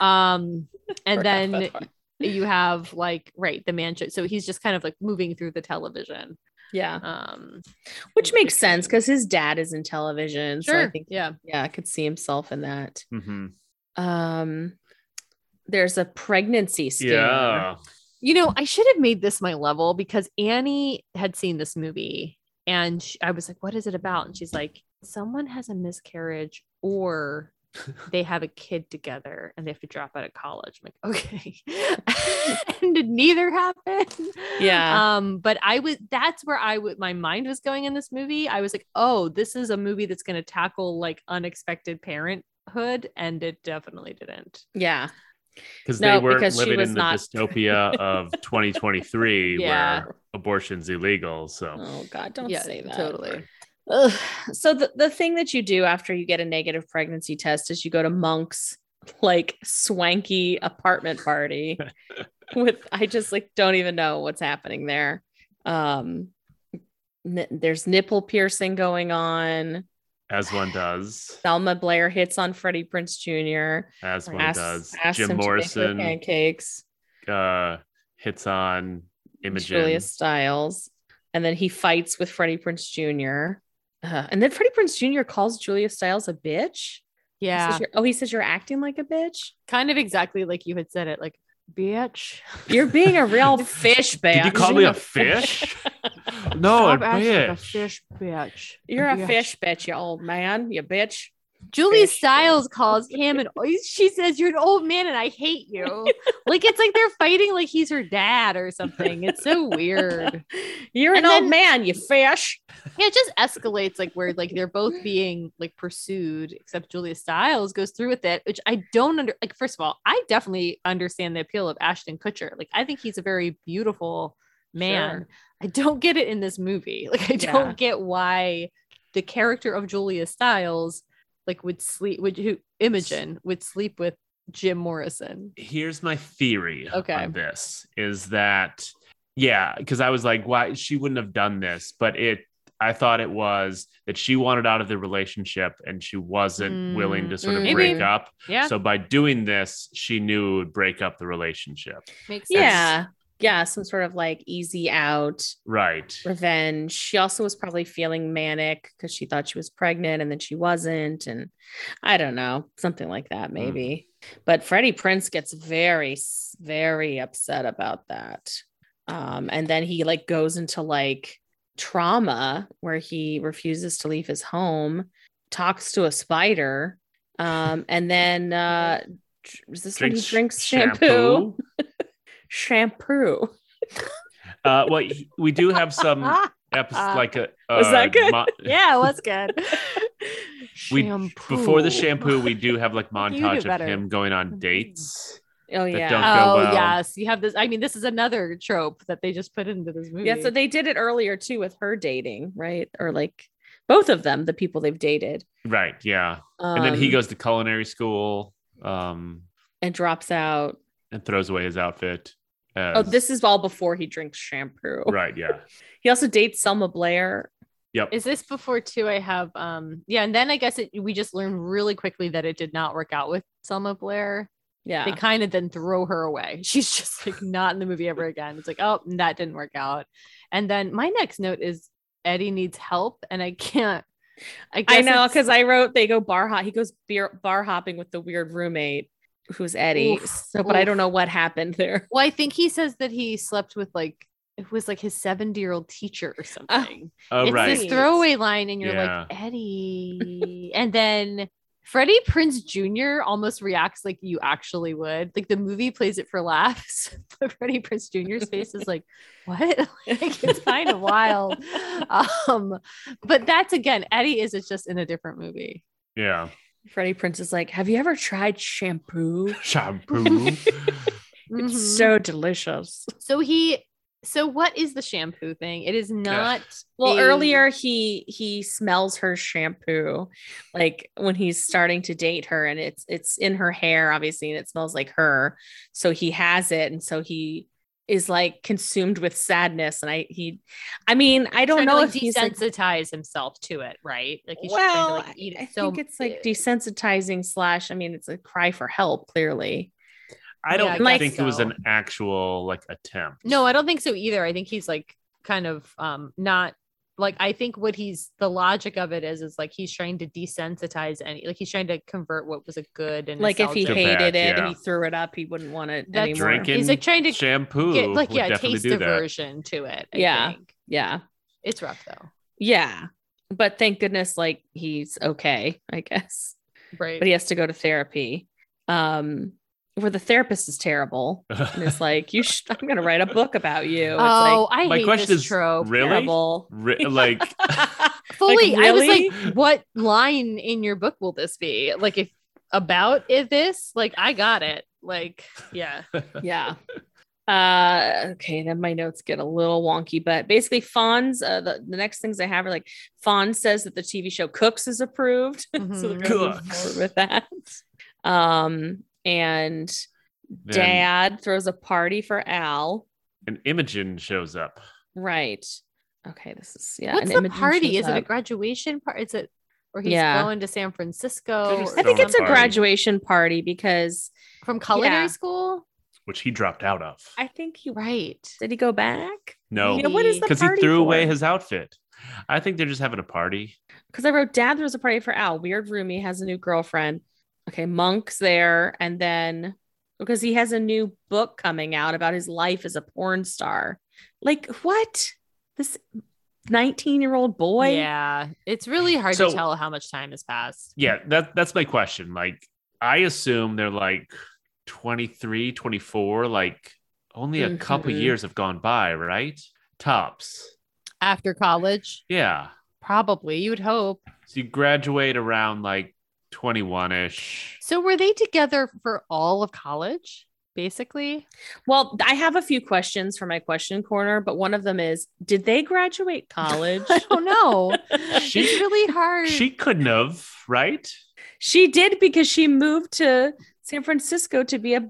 Speaker 1: um, and
Speaker 3: Forgot
Speaker 1: then
Speaker 3: about that part.
Speaker 1: you have like right the mansion, so he's just kind of like moving through the television,
Speaker 3: yeah,
Speaker 1: um,
Speaker 3: which
Speaker 1: would be
Speaker 3: makes sense
Speaker 1: great.
Speaker 3: because his dad is in television. So I
Speaker 1: Sure,
Speaker 3: think
Speaker 1: yeah,
Speaker 3: yeah, I could see himself in that.
Speaker 2: Mhm.
Speaker 3: Um, there's a pregnancy scare.
Speaker 2: Yeah.
Speaker 1: You know, I should have made this my level because Annie had seen this movie and sh I was like, what is it about? And she's like, someone has a miscarriage or they have a kid together and they have to drop out of college. I'm like, okay. and did neither happen?
Speaker 3: Yeah.
Speaker 1: Um, but I was that's where I would my mind was going in this movie. I was like, oh, this is a movie that's gonna tackle like unexpected parenthood, and it definitely didn't.
Speaker 3: Yeah.
Speaker 2: Because
Speaker 3: No,
Speaker 2: they weren't
Speaker 3: because she
Speaker 2: living
Speaker 3: was
Speaker 2: in
Speaker 3: not-
Speaker 2: the dystopia of 2023
Speaker 1: Yeah.
Speaker 2: where abortion's illegal. So
Speaker 3: Oh God, don't
Speaker 1: yeah,
Speaker 3: say that.
Speaker 1: totally.
Speaker 3: Ugh. So the, the thing that you do after you get a negative pregnancy test is you go to Monk's like swanky apartment party with I just like don't even know what's happening there. Um n- there's nipple piercing going on.
Speaker 2: as one does,
Speaker 3: Thelma Blair hits on Freddie Prince Jr.
Speaker 2: as one
Speaker 3: asks-
Speaker 2: does,
Speaker 3: asks
Speaker 2: Jim
Speaker 3: him to make her
Speaker 2: Morrison
Speaker 3: pancakes,
Speaker 2: uh, hits on Imogen.
Speaker 3: Julia Stiles, and then he fights with Freddie Prince Jr. Uh, and then Freddie Prince Jr. calls Julia Stiles a bitch. He says
Speaker 1: Yeah.
Speaker 3: you're- oh, he says you're acting like a bitch.
Speaker 1: kind of exactly like you had said it, like bitch.
Speaker 3: You're being a real fish bitch.
Speaker 2: Did you call me a fish? no, Oh, a
Speaker 1: Stop acting like a
Speaker 2: bitch.
Speaker 1: fish bitch.
Speaker 3: You're a
Speaker 1: Bitch.
Speaker 3: fish bitch, you old man. You bitch.
Speaker 1: Julie
Speaker 3: Fish.
Speaker 1: Stiles calls him and she says, You're an old man and I hate you. like it's like they're fighting like he's her dad or something. It's so weird.
Speaker 3: You're an
Speaker 1: And
Speaker 3: old
Speaker 1: then-
Speaker 3: man, you fish.
Speaker 1: Yeah, it just escalates like where like they're both being like pursued, except Julia Stiles goes through with it, which I don't under like first of all, I definitely understand the appeal of Ashton Kutcher. Like I think he's a very beautiful man.
Speaker 3: Sure.
Speaker 1: I don't get it in this movie. Like I
Speaker 3: Yeah.
Speaker 1: don't get why the character of Julia Stiles like would sleep would who Imogen would sleep with Jim Morrison.
Speaker 2: here's my theory
Speaker 1: Okay.
Speaker 2: on this is that yeah because i was like why she wouldn't have done this but it i thought it was that she wanted out of the relationship and she wasn't
Speaker 1: Mm,
Speaker 2: willing to sort of
Speaker 1: mm.
Speaker 2: break
Speaker 1: Maybe.
Speaker 2: up
Speaker 1: Yeah,
Speaker 2: so by doing this she knew it would break up the relationship
Speaker 1: makes sense.
Speaker 3: Yeah. Yeah. Some sort of like easy out
Speaker 2: right
Speaker 3: revenge. She also was probably feeling manic because she thought she was pregnant and then she wasn't. And I don't know, something like that, maybe. But Freddie Prince gets very, s- very upset about that. Um, and then he like goes into like trauma where he refuses to leave his home, talks to a spider, um, and then uh, dr- is this when he drinks shampoo? Shampoo.
Speaker 2: uh well he- we do have some
Speaker 1: Ah,
Speaker 2: episodes like a
Speaker 3: Was
Speaker 2: uh,
Speaker 3: that good?
Speaker 2: mo-
Speaker 1: yeah, it was good.
Speaker 2: we
Speaker 1: Shampoo.
Speaker 2: before the shampoo we do have like
Speaker 1: You do
Speaker 2: montage of
Speaker 1: better.
Speaker 2: him going on
Speaker 1: Mhm.
Speaker 2: dates
Speaker 3: Oh
Speaker 2: That
Speaker 3: yeah.
Speaker 2: don't
Speaker 1: Oh
Speaker 2: well.
Speaker 1: yes, you have this. I mean, this is another trope that they just put into this movie.
Speaker 3: Yeah, so they did it earlier too with her dating, right? Or like both of them, the people they've dated.
Speaker 2: right yeah and then he
Speaker 3: Um,
Speaker 2: goes to culinary school um,
Speaker 3: and drops out.
Speaker 2: and throws away his outfit. As,
Speaker 3: Oh, this is all before he drinks shampoo.
Speaker 2: right, yeah,
Speaker 3: He also dates Selma Blair.
Speaker 2: yep.
Speaker 1: Is this before too? I have um yeah, and then I guess it, we just learned really quickly that it did not work out with Selma Blair.
Speaker 3: Yeah.
Speaker 1: They kind of then throw her away. She's just like not in the movie ever again. It's like oh that didn't work out. And then my next note is Eddie needs help, and I can't. I guess
Speaker 3: I know
Speaker 1: it's-
Speaker 3: because I wrote they go bar hop. He goes beer, bar hopping with the weird roommate who's Eddie.
Speaker 1: Oof,
Speaker 3: so, but I don't
Speaker 1: oof.
Speaker 3: know what happened there.
Speaker 1: Well, I think he says that he slept with like it was like his seventy year old teacher or something.
Speaker 2: oh,
Speaker 1: it's
Speaker 2: right.
Speaker 1: this throwaway line, and you're
Speaker 2: Yeah.
Speaker 1: like, Eddie. and then Freddie Prince Jr. almost reacts like you actually would. Like the movie plays it for laughs, but Freddie Prince Jr.'s face is like, what? like it's kind of wild. Um, but that's again, Eddie is it's just in a different movie.
Speaker 2: yeah,
Speaker 3: Freddie Prince is like, "Have you ever tried shampoo?
Speaker 2: shampoo.
Speaker 3: It's
Speaker 1: Mhm.
Speaker 3: so delicious."
Speaker 1: so he So what is the shampoo thing? It is not
Speaker 3: Well,
Speaker 1: a-
Speaker 3: earlier he he smells her shampoo, like when he's starting to date her, and it's it's in her hair, obviously, and it smells like her. So he has it, and so he is like consumed with sadness. And I he, I mean, I don't
Speaker 1: trying
Speaker 3: know
Speaker 1: to, like,
Speaker 3: if he's like,
Speaker 1: desensitize himself to it, right? Like he's
Speaker 3: well,
Speaker 1: trying to like eat it.
Speaker 3: I
Speaker 1: so
Speaker 3: think it's like desensitizing slash. I mean, it's a cry for help, clearly.
Speaker 2: I don't
Speaker 1: Yeah, I
Speaker 3: guess
Speaker 2: think it was
Speaker 1: so.
Speaker 2: an actual like attempt.
Speaker 1: No, I don't think so either. I think he's like kind of um not like I think what he's the logic of it is is like he's trying to desensitize any like he's trying to convert what was a good and
Speaker 3: Like if he
Speaker 2: Nostalgia.
Speaker 1: nostalgic-
Speaker 3: hated it
Speaker 2: Back, yeah.
Speaker 3: and he threw it up, he wouldn't want it
Speaker 1: That's-
Speaker 3: anymore.
Speaker 2: Drinking
Speaker 1: he's like trying to
Speaker 2: shampoo.
Speaker 1: get like
Speaker 2: would
Speaker 1: yeah a
Speaker 2: definitely
Speaker 1: taste
Speaker 2: do that.
Speaker 1: diversion to it. I
Speaker 3: Yeah.
Speaker 1: think.
Speaker 3: Yeah,
Speaker 1: it's rough though,
Speaker 3: yeah. But thank goodness, like he's okay, I guess.
Speaker 1: right?
Speaker 3: but he has to go to therapy um where the therapist is terrible and it's like you should i'm gonna write a book about you it's
Speaker 1: oh, I
Speaker 2: My
Speaker 1: hate
Speaker 2: question
Speaker 1: this
Speaker 2: is,
Speaker 1: trope.
Speaker 3: like
Speaker 2: really?
Speaker 3: terrible
Speaker 2: Re- like
Speaker 1: Fully, I
Speaker 3: really?
Speaker 1: was like, what line in your book will this be? Like if about if this? Like I got it. Like yeah,
Speaker 3: yeah uh okay then my notes get a little wonky but basically Fonz uh, the, the next things I have are like Fonz says that the TV show Cooks is approved so they're
Speaker 1: Mhm.
Speaker 3: gonna move
Speaker 2: Cooks.
Speaker 3: forward with that um and
Speaker 2: then
Speaker 3: dad throws a party for Al
Speaker 2: an Imogen shows up.
Speaker 3: Right. Okay. This is yeah.
Speaker 1: What's
Speaker 3: an
Speaker 1: the
Speaker 3: Imogen
Speaker 1: party?
Speaker 3: shows
Speaker 1: Is it a
Speaker 3: up.
Speaker 1: graduation party? Is it or he's
Speaker 3: Yeah.
Speaker 1: going to San Francisco?
Speaker 2: They're just
Speaker 1: or
Speaker 3: I think it's a
Speaker 1: something?
Speaker 2: party.
Speaker 3: graduation party because
Speaker 1: from culinary
Speaker 3: yeah.
Speaker 1: school,
Speaker 2: Which he dropped out of.
Speaker 3: I think he
Speaker 1: right?
Speaker 3: did he go back?
Speaker 2: no,
Speaker 3: You know, what is the
Speaker 2: because he
Speaker 3: party
Speaker 2: threw away
Speaker 3: for?
Speaker 2: his outfit. I think they're just having a party.
Speaker 3: Because I wrote dad throws a party for Al. Weird roomie has a new girlfriend. Okay, monk's there, and then because he has a new book coming out about his life as a porn star. Like what? This nineteen-year-old boy.
Speaker 1: Yeah, it's really hard
Speaker 2: So-
Speaker 1: to tell how much time has passed.
Speaker 2: Yeah, that that's my question. Like I assume they're like 23, 24, like only a couple
Speaker 3: Mhm.
Speaker 2: years have gone by, right? Tops.
Speaker 1: After college,
Speaker 2: Yeah.
Speaker 1: probably you would hope.
Speaker 2: So you graduate around like 21ish.
Speaker 1: So were they together for all of college, basically?
Speaker 3: Well, I have a few questions for my question corner, but one of them is: Did they graduate college?
Speaker 1: I don't know.
Speaker 2: She-
Speaker 1: it's really hard.
Speaker 2: She couldn't have, right?
Speaker 3: She did because she moved to San Francisco to be a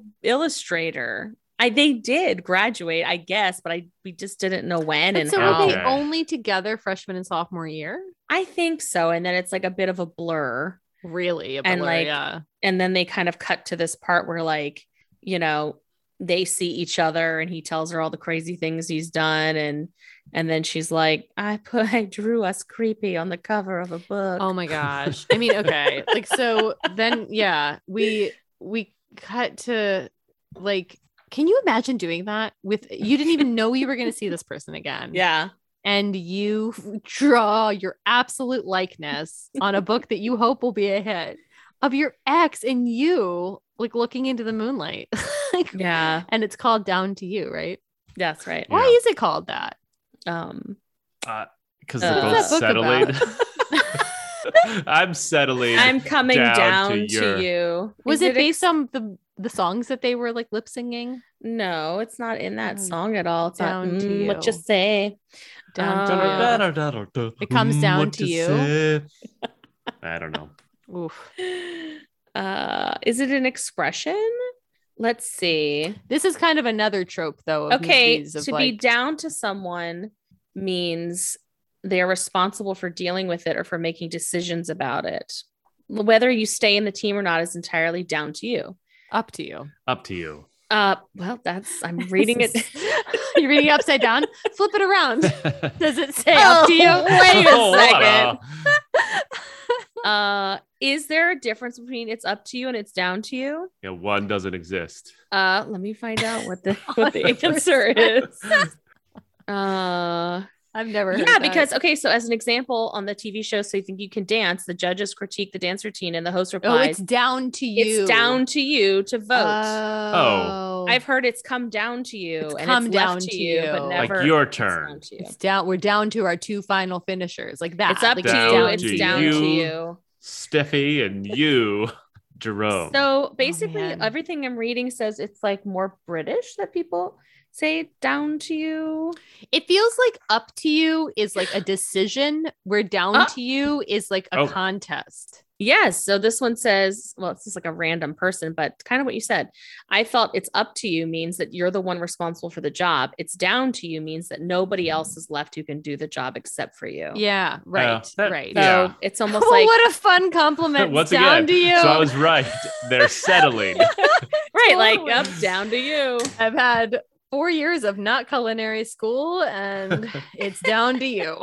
Speaker 3: illustrator. I they did graduate, I guess, but I we just didn't know when
Speaker 1: But
Speaker 3: and
Speaker 1: so
Speaker 3: how.
Speaker 1: were they
Speaker 2: Okay.
Speaker 1: only together freshman and sophomore year?
Speaker 3: I think so, and then it's like a bit of a blur,
Speaker 1: Really? A
Speaker 3: And,
Speaker 1: blur,
Speaker 3: like,
Speaker 1: yeah.
Speaker 3: and then they kind of cut to this part where like you know they see each other, and he tells her all the crazy things he's done, and and then she's like, I put I drew us creepy on the cover of a book.
Speaker 1: Oh my gosh. I mean, okay. like so then yeah, we we cut to like can you imagine doing that with you didn't even know you were going to see this person again.
Speaker 3: yeah,
Speaker 1: And you f- draw your absolute likeness on a book that you hope will be a hit of your ex and you like looking into the moonlight. like
Speaker 3: Yeah.
Speaker 1: And it's called Down to You, right?
Speaker 3: that's right.
Speaker 1: Why
Speaker 2: Yeah.
Speaker 1: is it called that?
Speaker 3: Um,
Speaker 2: Because they're
Speaker 3: Uh,
Speaker 2: both
Speaker 1: What's that book
Speaker 2: settling. I'm settling.
Speaker 3: I'm coming down,
Speaker 2: down
Speaker 3: to,
Speaker 2: to your-
Speaker 3: you.
Speaker 1: Was
Speaker 3: Is
Speaker 1: it based on the the songs that they were like lip singing?
Speaker 3: No, it's not in that
Speaker 1: Oh,
Speaker 3: song at all. It's not
Speaker 1: down to
Speaker 3: mm, what you
Speaker 1: you.
Speaker 3: say.
Speaker 1: Down to
Speaker 3: Uh,
Speaker 1: You.
Speaker 2: It
Speaker 1: comes down to you.
Speaker 2: I don't know.
Speaker 1: Oof.
Speaker 3: Uh, is it an expression? Let's see.
Speaker 1: This is kind of another trope, though. Of
Speaker 3: Okay,
Speaker 1: movies of
Speaker 3: to be
Speaker 1: like,
Speaker 3: down to someone means they are responsible for dealing with it or for making decisions about it. Whether you stay in the team or not is entirely down to you.
Speaker 1: up to you.
Speaker 2: Up to you.
Speaker 3: Uh, well, that's I'm reading it.
Speaker 1: You're reading it upside down. Flip it around. Does it say
Speaker 3: Oh,
Speaker 1: up to you?
Speaker 3: wait a
Speaker 2: Oh,
Speaker 3: second.
Speaker 2: wow.
Speaker 3: Uh, is there a difference between it's up to you and it's down to you?
Speaker 2: Yeah, one doesn't exist.
Speaker 3: Uh, let me find out what the what the
Speaker 1: Hundred
Speaker 3: answer is.
Speaker 1: percent.
Speaker 3: Uh,
Speaker 1: I've never. heard
Speaker 3: yeah,
Speaker 1: that.
Speaker 3: because okay, so as an example on the TV show, so you think you can dance, the judges critique the dance routine, and the host
Speaker 1: oh, it's
Speaker 3: replies,
Speaker 1: down to you.
Speaker 3: it's, down to you to vote."
Speaker 1: Oh,
Speaker 3: I've heard it's come down to you,
Speaker 1: It's
Speaker 3: and
Speaker 1: come
Speaker 3: it's
Speaker 1: down
Speaker 3: left to
Speaker 1: to
Speaker 3: you, but
Speaker 1: you.
Speaker 2: Like
Speaker 3: never
Speaker 2: your
Speaker 3: it's
Speaker 2: turn.
Speaker 3: down to you.
Speaker 1: It's down. We're down to our two final finishers, like that.
Speaker 3: It's up
Speaker 1: like,
Speaker 3: to
Speaker 2: down
Speaker 3: you. It's down to
Speaker 2: you.
Speaker 3: you.
Speaker 2: Steffi and you, Jerome.
Speaker 3: So basically,
Speaker 1: Oh, man.
Speaker 3: everything I'm reading says it's like more British that people say down to you?
Speaker 1: It feels like up to you is like a decision, where down
Speaker 3: Oh.
Speaker 1: to you is like a
Speaker 2: Oh.
Speaker 1: contest.
Speaker 3: Yes. So this one says, well, it's just like a random person, but kind of what you said. I felt it's up to you means that you're the one responsible for the job. It's down to you means that nobody else is left who can do the job except for you.
Speaker 1: Yeah, right,
Speaker 2: that-
Speaker 1: right.
Speaker 3: So
Speaker 2: Yeah.
Speaker 3: it's almost
Speaker 1: Well,
Speaker 3: like
Speaker 1: Oh, what a fun compliment.
Speaker 2: Once
Speaker 1: down
Speaker 2: again,
Speaker 1: to you.
Speaker 2: So I was right. They're settling.
Speaker 3: right, like
Speaker 1: totally.
Speaker 3: yep, down to you.
Speaker 1: I've had four years of not culinary school, and it's down to you.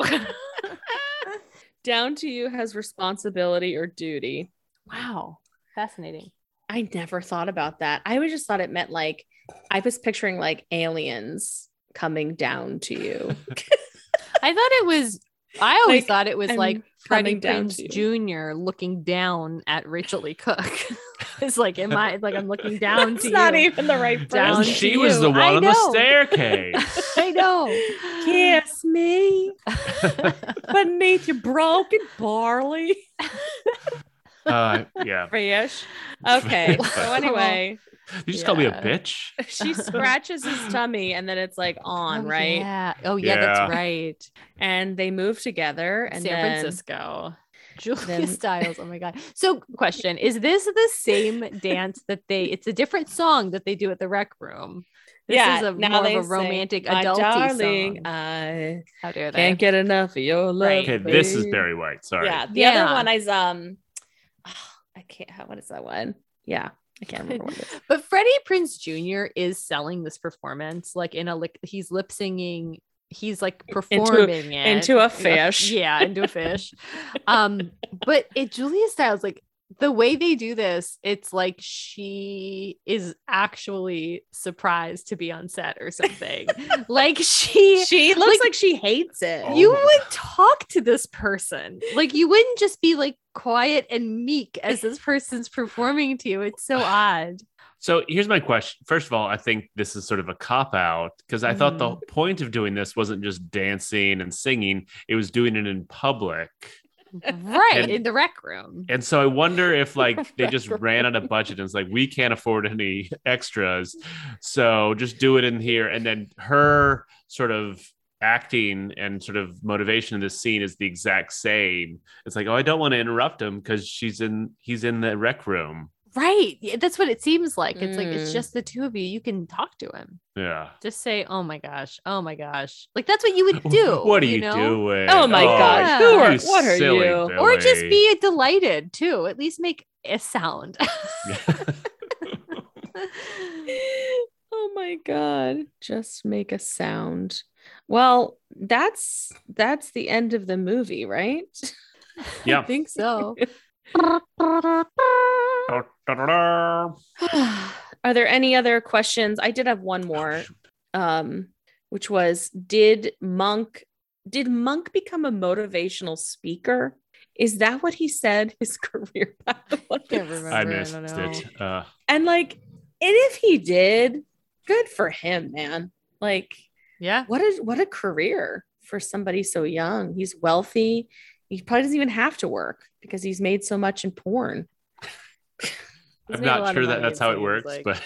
Speaker 3: Down to you has responsibility or duty.
Speaker 1: wow, fascinating.
Speaker 3: I never thought about that. I always just thought it meant like I was picturing like aliens coming down to you.
Speaker 1: I thought it was. I always
Speaker 3: Like,
Speaker 1: thought it was
Speaker 3: I'm
Speaker 1: like Freddie
Speaker 3: coming down
Speaker 1: Prinze
Speaker 3: to
Speaker 1: Jr. looking down at Rachel Lee Cook. it's like, am I like I'm looking down
Speaker 3: That's
Speaker 1: to
Speaker 3: not
Speaker 1: you?
Speaker 3: even the right
Speaker 1: Down
Speaker 2: and
Speaker 3: person.
Speaker 1: to
Speaker 2: she was the
Speaker 1: you.
Speaker 2: one
Speaker 1: I
Speaker 2: on the
Speaker 1: know.
Speaker 2: staircase.
Speaker 1: I know.
Speaker 3: Kiss me beneath your broken barley.
Speaker 2: Uh, yeah.
Speaker 3: Fish. Okay. So anyway,
Speaker 2: You just call me a
Speaker 1: Yeah.
Speaker 2: bitch.
Speaker 3: she scratches his tummy and then it's like on,
Speaker 1: Oh,
Speaker 3: right?
Speaker 1: Yeah. Oh yeah, that's
Speaker 2: Yeah.
Speaker 1: right.
Speaker 3: And they move together and
Speaker 1: San
Speaker 3: then-
Speaker 1: Francisco. Julia
Speaker 3: then-
Speaker 1: Styles. Oh my god. So question, is this the same dance that they it's a different song that they do at the rec room? This
Speaker 3: yeah,
Speaker 1: is a
Speaker 3: now
Speaker 1: more of
Speaker 3: they
Speaker 1: a
Speaker 3: say,
Speaker 1: romantic
Speaker 3: "My
Speaker 1: adulty
Speaker 3: darling,
Speaker 1: song.
Speaker 3: I
Speaker 1: How dare they?
Speaker 3: can't get enough of your love.
Speaker 1: Right.
Speaker 2: Okay, this is
Speaker 3: babe."
Speaker 2: Barry White. Sorry.
Speaker 3: Yeah, the other
Speaker 1: Yeah.
Speaker 3: one is um, I can't. What is that one? Yeah, I can't remember. What it is.
Speaker 1: But Freddie Prince Jr. is selling this performance like in a like he's lip singing. He's like performing it
Speaker 3: into a fish.
Speaker 1: yeah, into a fish. um, but it Julia Styles like the way they do this. It's like she is actually surprised to be on set or something. like she
Speaker 3: She looks like,
Speaker 1: Like-
Speaker 3: she hates it.
Speaker 2: Oh.
Speaker 1: you would talk to this person. Like you wouldn't just be like quiet and meek as this person's performing to you. It's so odd.
Speaker 2: So here's my question. First of all, I think this is sort of a cop out because I thought the
Speaker 1: Mm-hmm.
Speaker 2: point of doing this wasn't just dancing and singing, it was doing it in public.
Speaker 1: right
Speaker 2: And-
Speaker 1: in the rec room
Speaker 2: And so I wonder if like they just ran out of budget and it's like, we can't afford any extras. So just do it in here. And then her sort of acting and sort of motivation in this scene is the exact same. It's like, oh, I don't want to interrupt him because she's in, he's in the rec room.
Speaker 1: right yeah, that's what it seems like it's like it's
Speaker 3: Mm.
Speaker 1: just the two of you you can talk to him
Speaker 2: Yeah.
Speaker 1: just say oh my gosh oh my gosh like that's what you would do
Speaker 2: What are you,
Speaker 1: know?
Speaker 2: doing?
Speaker 3: Oh my
Speaker 1: God. Who
Speaker 2: you
Speaker 3: are- what are
Speaker 2: silly
Speaker 3: you?
Speaker 2: Billy.
Speaker 1: or just be delighted too at least make a sound
Speaker 3: oh my god! Just make a sound. Well, that's that's the end of the movie, right?
Speaker 1: i
Speaker 2: yeah.
Speaker 1: think so
Speaker 3: Are there any other questions? I did have one more, um, which was did Monk did Monk become a motivational speaker? Is that what he said his career path was?
Speaker 1: can't remember.
Speaker 2: I
Speaker 1: don't
Speaker 2: missed
Speaker 1: know.
Speaker 2: it. Uh,
Speaker 3: And like, and if he did, good for him, man. Like,
Speaker 1: yeah
Speaker 3: what a what a career for somebody so young. He's wealthy. He probably doesn't even have to work because he's made so much in porn.
Speaker 1: He's
Speaker 2: I'm
Speaker 1: made a lot
Speaker 2: not
Speaker 1: of
Speaker 2: sure that
Speaker 1: money,
Speaker 2: that's how it
Speaker 1: seems
Speaker 2: works,
Speaker 1: like.
Speaker 2: but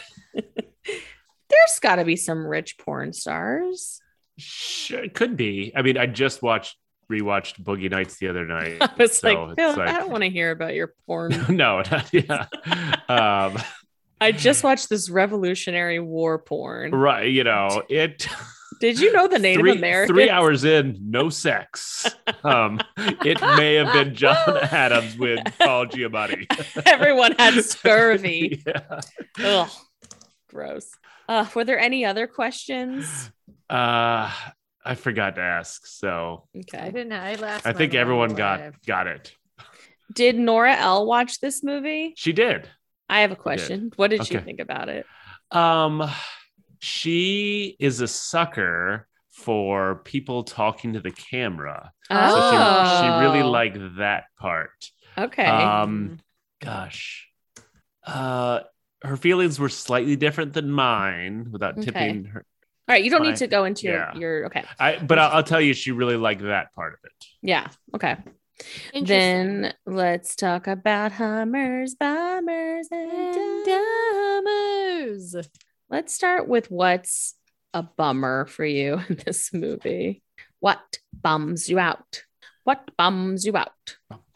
Speaker 3: There's got to be some rich porn stars.
Speaker 2: sure, it could be. I mean, I just watched rewatched Boogie Nights the other night.
Speaker 3: I was
Speaker 2: So it's
Speaker 3: like, Phil,
Speaker 2: like-
Speaker 3: I don't want to hear about your porn.
Speaker 2: no, not, yeah. Um,
Speaker 3: I just watched this Revolutionary War porn.
Speaker 2: right, you know, it
Speaker 3: Did you know the Native
Speaker 2: three,
Speaker 3: Americans?
Speaker 2: three hours in, no sex. Um, it may have been John Adams with Paul Giamatti.
Speaker 3: Everyone had scurvy.
Speaker 2: Yeah.
Speaker 3: Ugh, gross. Uh, were there any other questions?
Speaker 2: Uh, I forgot to ask, so
Speaker 1: i
Speaker 3: Okay.
Speaker 1: didn't i last
Speaker 2: I think everyone got got it.
Speaker 3: Did Nora L watch this movie?
Speaker 2: She did.
Speaker 3: I have a question. What did you
Speaker 2: Okay.
Speaker 3: think about it?
Speaker 2: Um, she is a sucker for people talking to the camera. So she- she, really
Speaker 3: Oh,
Speaker 2: liked that part.
Speaker 3: Okay.
Speaker 2: Um, gosh, uh, her feelings were slightly different than mine. Without
Speaker 3: Okay.
Speaker 2: tipping her,
Speaker 3: All right. You don't
Speaker 2: my-
Speaker 3: need to go into your
Speaker 2: yeah.
Speaker 3: your. Okay.
Speaker 2: I but I'll, I'll tell you, she really liked that part of it.
Speaker 3: Yeah. Okay. Then let's talk about Hummers, Bombers, and,
Speaker 1: and
Speaker 3: Dum-
Speaker 1: Dumbers.
Speaker 3: Let's start with what's a bummer for you in this movie? What bums you out? What bums you out?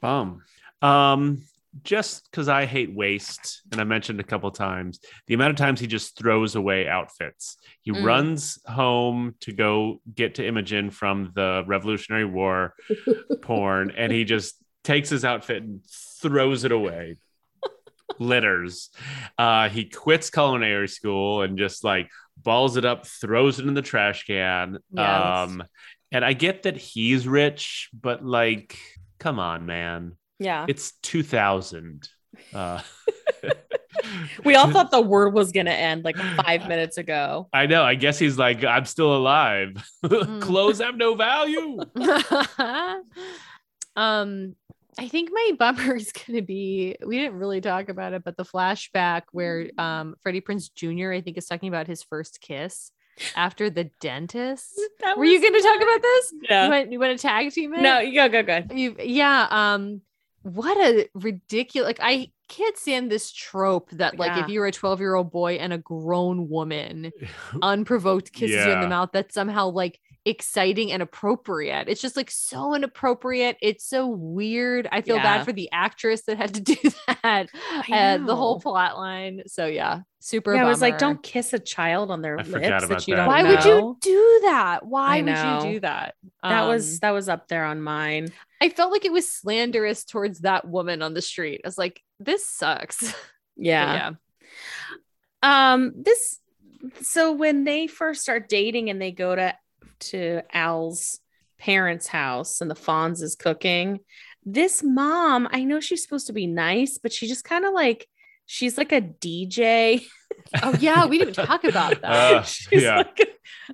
Speaker 2: Bum. Um, just because I hate waste, and I mentioned a couple times the amount of times he just throws away outfits. He
Speaker 3: Mm.
Speaker 2: runs home to go get to Imogen from the Revolutionary War porn, and he just takes his outfit and throws it away. Litters. Uh, he quits culinary school and just like balls it up, throws it in the trash can.
Speaker 1: Yes.
Speaker 2: Um, and I get that he's rich, but like, come on, man
Speaker 3: Yeah.
Speaker 2: it's 2000 uh,
Speaker 3: We all thought the word was going to end like five minutes ago.
Speaker 2: i know i guess he's like i'm still alive
Speaker 1: Mm.
Speaker 2: clothes have no value
Speaker 1: um i think my bummer is gonna be we didn't really talk about it but the flashback where
Speaker 3: Mm.
Speaker 1: um freddie prince jr i think is talking about his first kiss after the dentist
Speaker 3: That
Speaker 1: were you gonna talk about this you
Speaker 3: Yeah.
Speaker 1: want, you want to tag team it
Speaker 3: No, you go, go, go.
Speaker 1: you yeah um what a ridiculous like i can't stand this trope that like
Speaker 3: Yeah.
Speaker 1: if you're a 12 year old boy and a grown woman unprovoked kisses you in
Speaker 2: Yeah.
Speaker 1: the mouth that's somehow like exciting and appropriate it's just like so inappropriate it's so weird i feel
Speaker 3: Yeah.
Speaker 1: bad for the actress that had to do that uh, the whole
Speaker 3: know.
Speaker 1: plot line so yeah super
Speaker 3: Yeah, I was like,
Speaker 1: bummer.
Speaker 3: don't kiss a child on their
Speaker 2: I
Speaker 3: lips
Speaker 2: forgot about
Speaker 3: that you
Speaker 2: that.
Speaker 3: don't.
Speaker 1: why would
Speaker 3: know.
Speaker 1: you do that why
Speaker 3: know.
Speaker 1: would you do that
Speaker 3: That
Speaker 1: Um,
Speaker 3: was that was up there on mine.
Speaker 1: I felt like it was slanderous towards that woman on the street. I was like, this sucks. But
Speaker 3: Yeah. Um. This. So when they first start dating and they go to to Al's parents' house and the Fonz is cooking, this mom. I know she's supposed to be nice, but she just kind of like she's like a DJ.
Speaker 1: yeah. Oh yeah, we didn't talk about that.
Speaker 2: Uh,
Speaker 3: she's
Speaker 2: yeah.
Speaker 3: like a,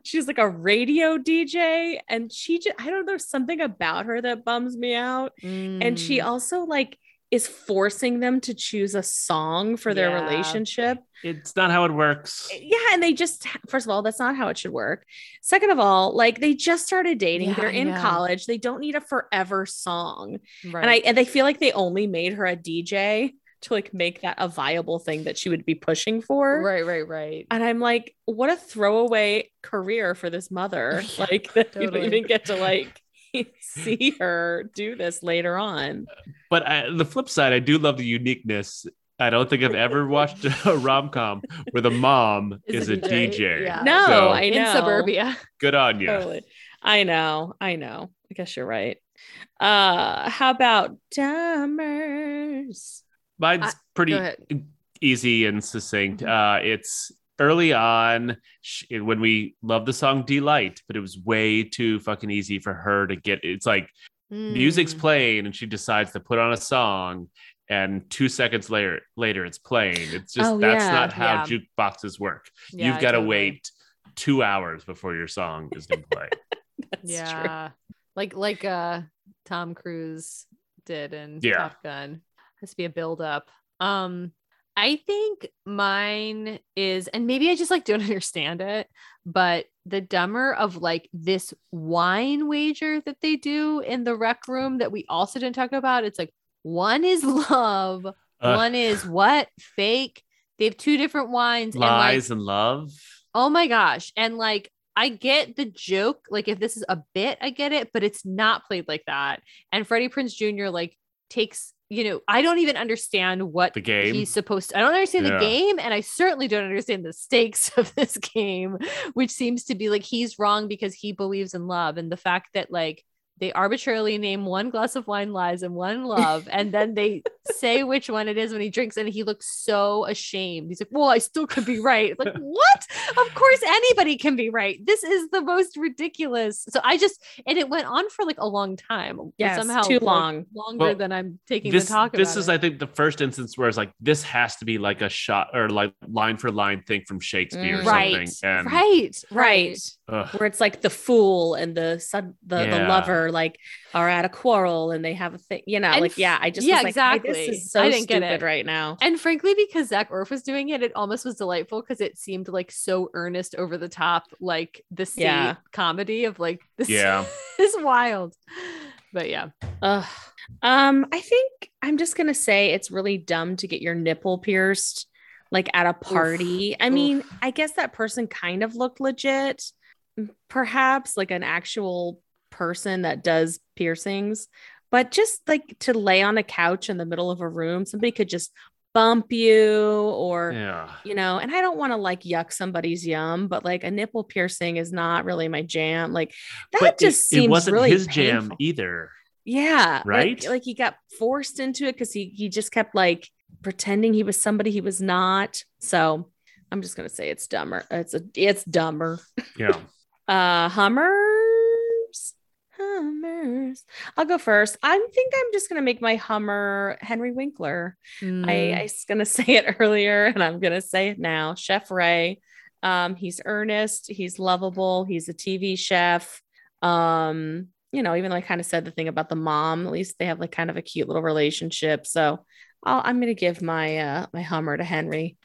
Speaker 3: she's like a radio DJ, and she just I don't know there's something about her that bums me out. and she
Speaker 1: Mm.
Speaker 3: also like is forcing them to choose a song for their
Speaker 1: Yeah.
Speaker 3: relationship.
Speaker 2: it's not how it works
Speaker 3: Yeah, and they just first of all, that's not how it should work. Second of all, like they just started dating,
Speaker 1: Yeah,
Speaker 3: they're
Speaker 1: I
Speaker 3: in
Speaker 1: know.
Speaker 3: college, they don't need a forever song.
Speaker 1: right.
Speaker 3: And I and they feel like they only made her a DJ to like make that a viable thing that she would be pushing for.
Speaker 1: right, right, right.
Speaker 3: And I'm like, what a throwaway career for this mother. Like that you don't
Speaker 1: Totally.
Speaker 3: even get to like see her do this later on.
Speaker 2: but I, the flip side i do love the uniqueness i don't think i've ever watched a rom-com where the mom is, a dj,
Speaker 1: yeah.
Speaker 3: No,
Speaker 2: So,
Speaker 3: I know.
Speaker 1: In suburbia.
Speaker 2: good on you
Speaker 3: Totally. I know. I know. I guess you're right. Uh, how about Dummers?
Speaker 2: mine's
Speaker 1: I-
Speaker 2: pretty
Speaker 1: Go ahead. Mm-hmm.
Speaker 2: easy and succinct. Uh, it's early on sh- when we love the song Delight, but it was way too fucking easy for her to get. It's like music's
Speaker 1: Mm.
Speaker 2: playing and she decides to put on a song. And two seconds later, later it's playing. It's just
Speaker 3: Oh,
Speaker 2: that's
Speaker 3: yeah,
Speaker 2: not
Speaker 1: yeah.
Speaker 2: how jukeboxes work.
Speaker 1: Yeah,
Speaker 2: You've got to
Speaker 1: totally.
Speaker 2: wait two hours before your song is going to play.
Speaker 3: That's true.
Speaker 1: yeah. Like like uh Tom Cruise did in
Speaker 2: Yeah.
Speaker 1: Top Gun. Has to be a build up. Um I think mine is and maybe I just like don't understand it, but the dumber of like this wine wager that they do in the rec room that we also didn't talk about. It's like one is love,
Speaker 2: Uh,
Speaker 1: one is what? Fake. They have two different wines and like
Speaker 2: lies and love.
Speaker 1: Oh my gosh. And like, I get the joke. Like, if this is a bit, I get it, but it's not played like that. And Freddie Prince Jr., like, takes, you know, I don't even understand what
Speaker 2: The game.
Speaker 1: he's supposed to. I don't understand the
Speaker 2: Yeah.
Speaker 1: game. And I certainly don't understand the stakes of this game, which seems to be like he's wrong because he believes in love. And the fact that, like, they arbitrarily name one glass of wine lies and one love, and then they say which one it is when he drinks, and he looks so ashamed. He's like, "Well, I still could be right." It's Like, what? of course anybody can be right this is the most ridiculous so i just and it went on for like a long time but
Speaker 3: Yes,
Speaker 1: somehow
Speaker 3: too
Speaker 1: like,
Speaker 3: long.
Speaker 1: longer
Speaker 2: Well,
Speaker 1: than i'm taking
Speaker 2: this
Speaker 1: to talk about
Speaker 2: this is
Speaker 1: it.
Speaker 2: i think the first instance where it's like this has to be like a shot or like line for line thing from shakespeare
Speaker 3: Mm.
Speaker 2: or
Speaker 1: right
Speaker 2: something and
Speaker 1: right
Speaker 3: Right.
Speaker 2: ugh,
Speaker 3: Where it's like the fool and the son, the, the
Speaker 2: Yeah.
Speaker 3: lover, like are at a quarrel and they have a thing, you know,
Speaker 1: And
Speaker 3: like,
Speaker 1: f-
Speaker 3: yeah, I just,
Speaker 1: yeah,
Speaker 3: was like, hey,
Speaker 1: exactly.
Speaker 3: this is so
Speaker 1: I didn't get
Speaker 3: stupid
Speaker 1: it.
Speaker 3: right now.
Speaker 1: and frankly because zach orf was doing it it almost was delightful because it seemed like so earnest over the top like the sea
Speaker 3: Yeah.
Speaker 1: comedy of like this
Speaker 2: yeah
Speaker 1: is wild but yeah
Speaker 3: Ugh. Um, I think I'm just gonna say it's really dumb to get your nipple pierced like at a party. I mean, I guess that person kind of looked legit, perhaps like an actual person that does piercings, but just like to lay on a couch in the middle of a room, somebody could just bump you or
Speaker 2: Yeah.
Speaker 3: you know, and I don't want to like yuck somebody's yum, but like a nipple piercing is not really my jam. Like that
Speaker 2: but it-
Speaker 3: just seems
Speaker 2: it wasn't
Speaker 3: really
Speaker 2: his jam
Speaker 3: painful.
Speaker 2: either.
Speaker 3: Yeah. like-
Speaker 2: right?
Speaker 3: Like, he got forced into it because he he just kept like pretending he was somebody he was not. So I'm just gonna say it's dumber. It's a it's dumber.
Speaker 2: Yeah.
Speaker 3: Uh Hummers. Hummers. I'll go first. I think I'm just gonna make my Hummer Henry Winkler.
Speaker 1: Mm.
Speaker 3: I, I was gonna say it earlier and I'm gonna say it now. Chef Ray. Um, he's earnest, he's lovable, he's a TV chef. Um, you know, even though I kind of said the thing about the mom, at least they have like kind of a cute little relationship. So I'll, I'm gonna give my uh my Hummer to Henry.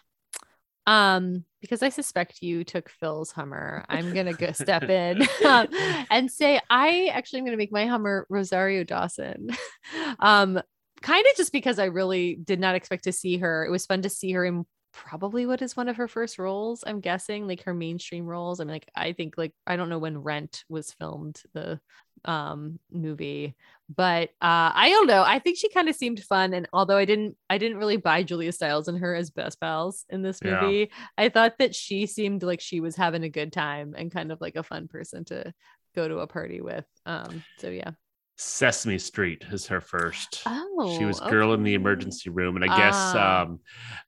Speaker 1: Um, because I suspect you took Phil's Hummer, I'm gonna go step in um, and say I actually am gonna make my Hummer Rosario Dawson. Um, kind of just because I really did not expect to see her. It was fun to see her in probably what is one of her first roles. I'm guessing like her mainstream roles. I'm like I think like I don't know when Rent was filmed the um movie but uh i don't know i think she kind of seemed fun and although i didn't i didn't really buy julia styles and her as best pals in this
Speaker 2: Yeah.
Speaker 1: movie I thought that she seemed like she was having a good time and kind of like a fun person to go to a party with. Um, so yeah.
Speaker 2: Sesame Street is her first.
Speaker 1: Oh,
Speaker 2: she was girl in the
Speaker 1: okay.
Speaker 2: emergency room, and I guess
Speaker 1: Ah.
Speaker 2: um,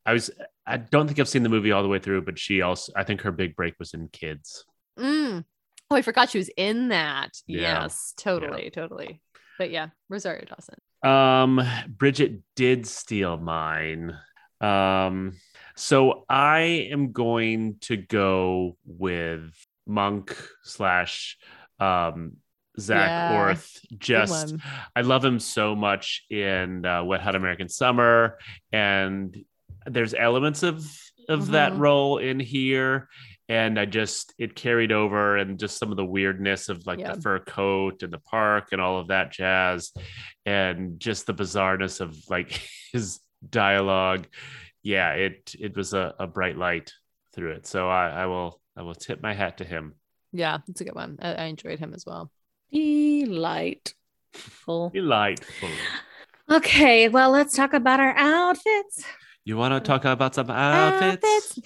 Speaker 2: I was. I don't think I've seen the movie all the way through, but she also. I think her big break was in Kids.
Speaker 1: Mm. Oh, I forgot she was in that.
Speaker 2: Yeah.
Speaker 1: Yes, totally, totally. But yeah, Rosario Dawson.
Speaker 2: Um, Bridget did steal mine. Um, so I am going to go with Monk slash um Zach
Speaker 1: Yeah.
Speaker 2: Orth.
Speaker 1: Good
Speaker 2: Just
Speaker 1: one.
Speaker 2: I love him so much in uh, Wet Hot American Summer, and there's elements of of that
Speaker 1: Mhm.
Speaker 2: role in here, and I just it carried over, and just some of the weirdness of like
Speaker 1: Yeah.
Speaker 2: the fur coat and the park and all of that jazz, and just the bizarreness of like his dialogue. Yeah, it it was a, a bright light through it. So I, I will I will tip my hat to him.
Speaker 1: Yeah, it's a good one. I, I enjoyed him as well.
Speaker 3: Delightful.
Speaker 2: Delightful.
Speaker 3: Okay, well, let's talk about our outfits.
Speaker 2: You want to talk about some outfits?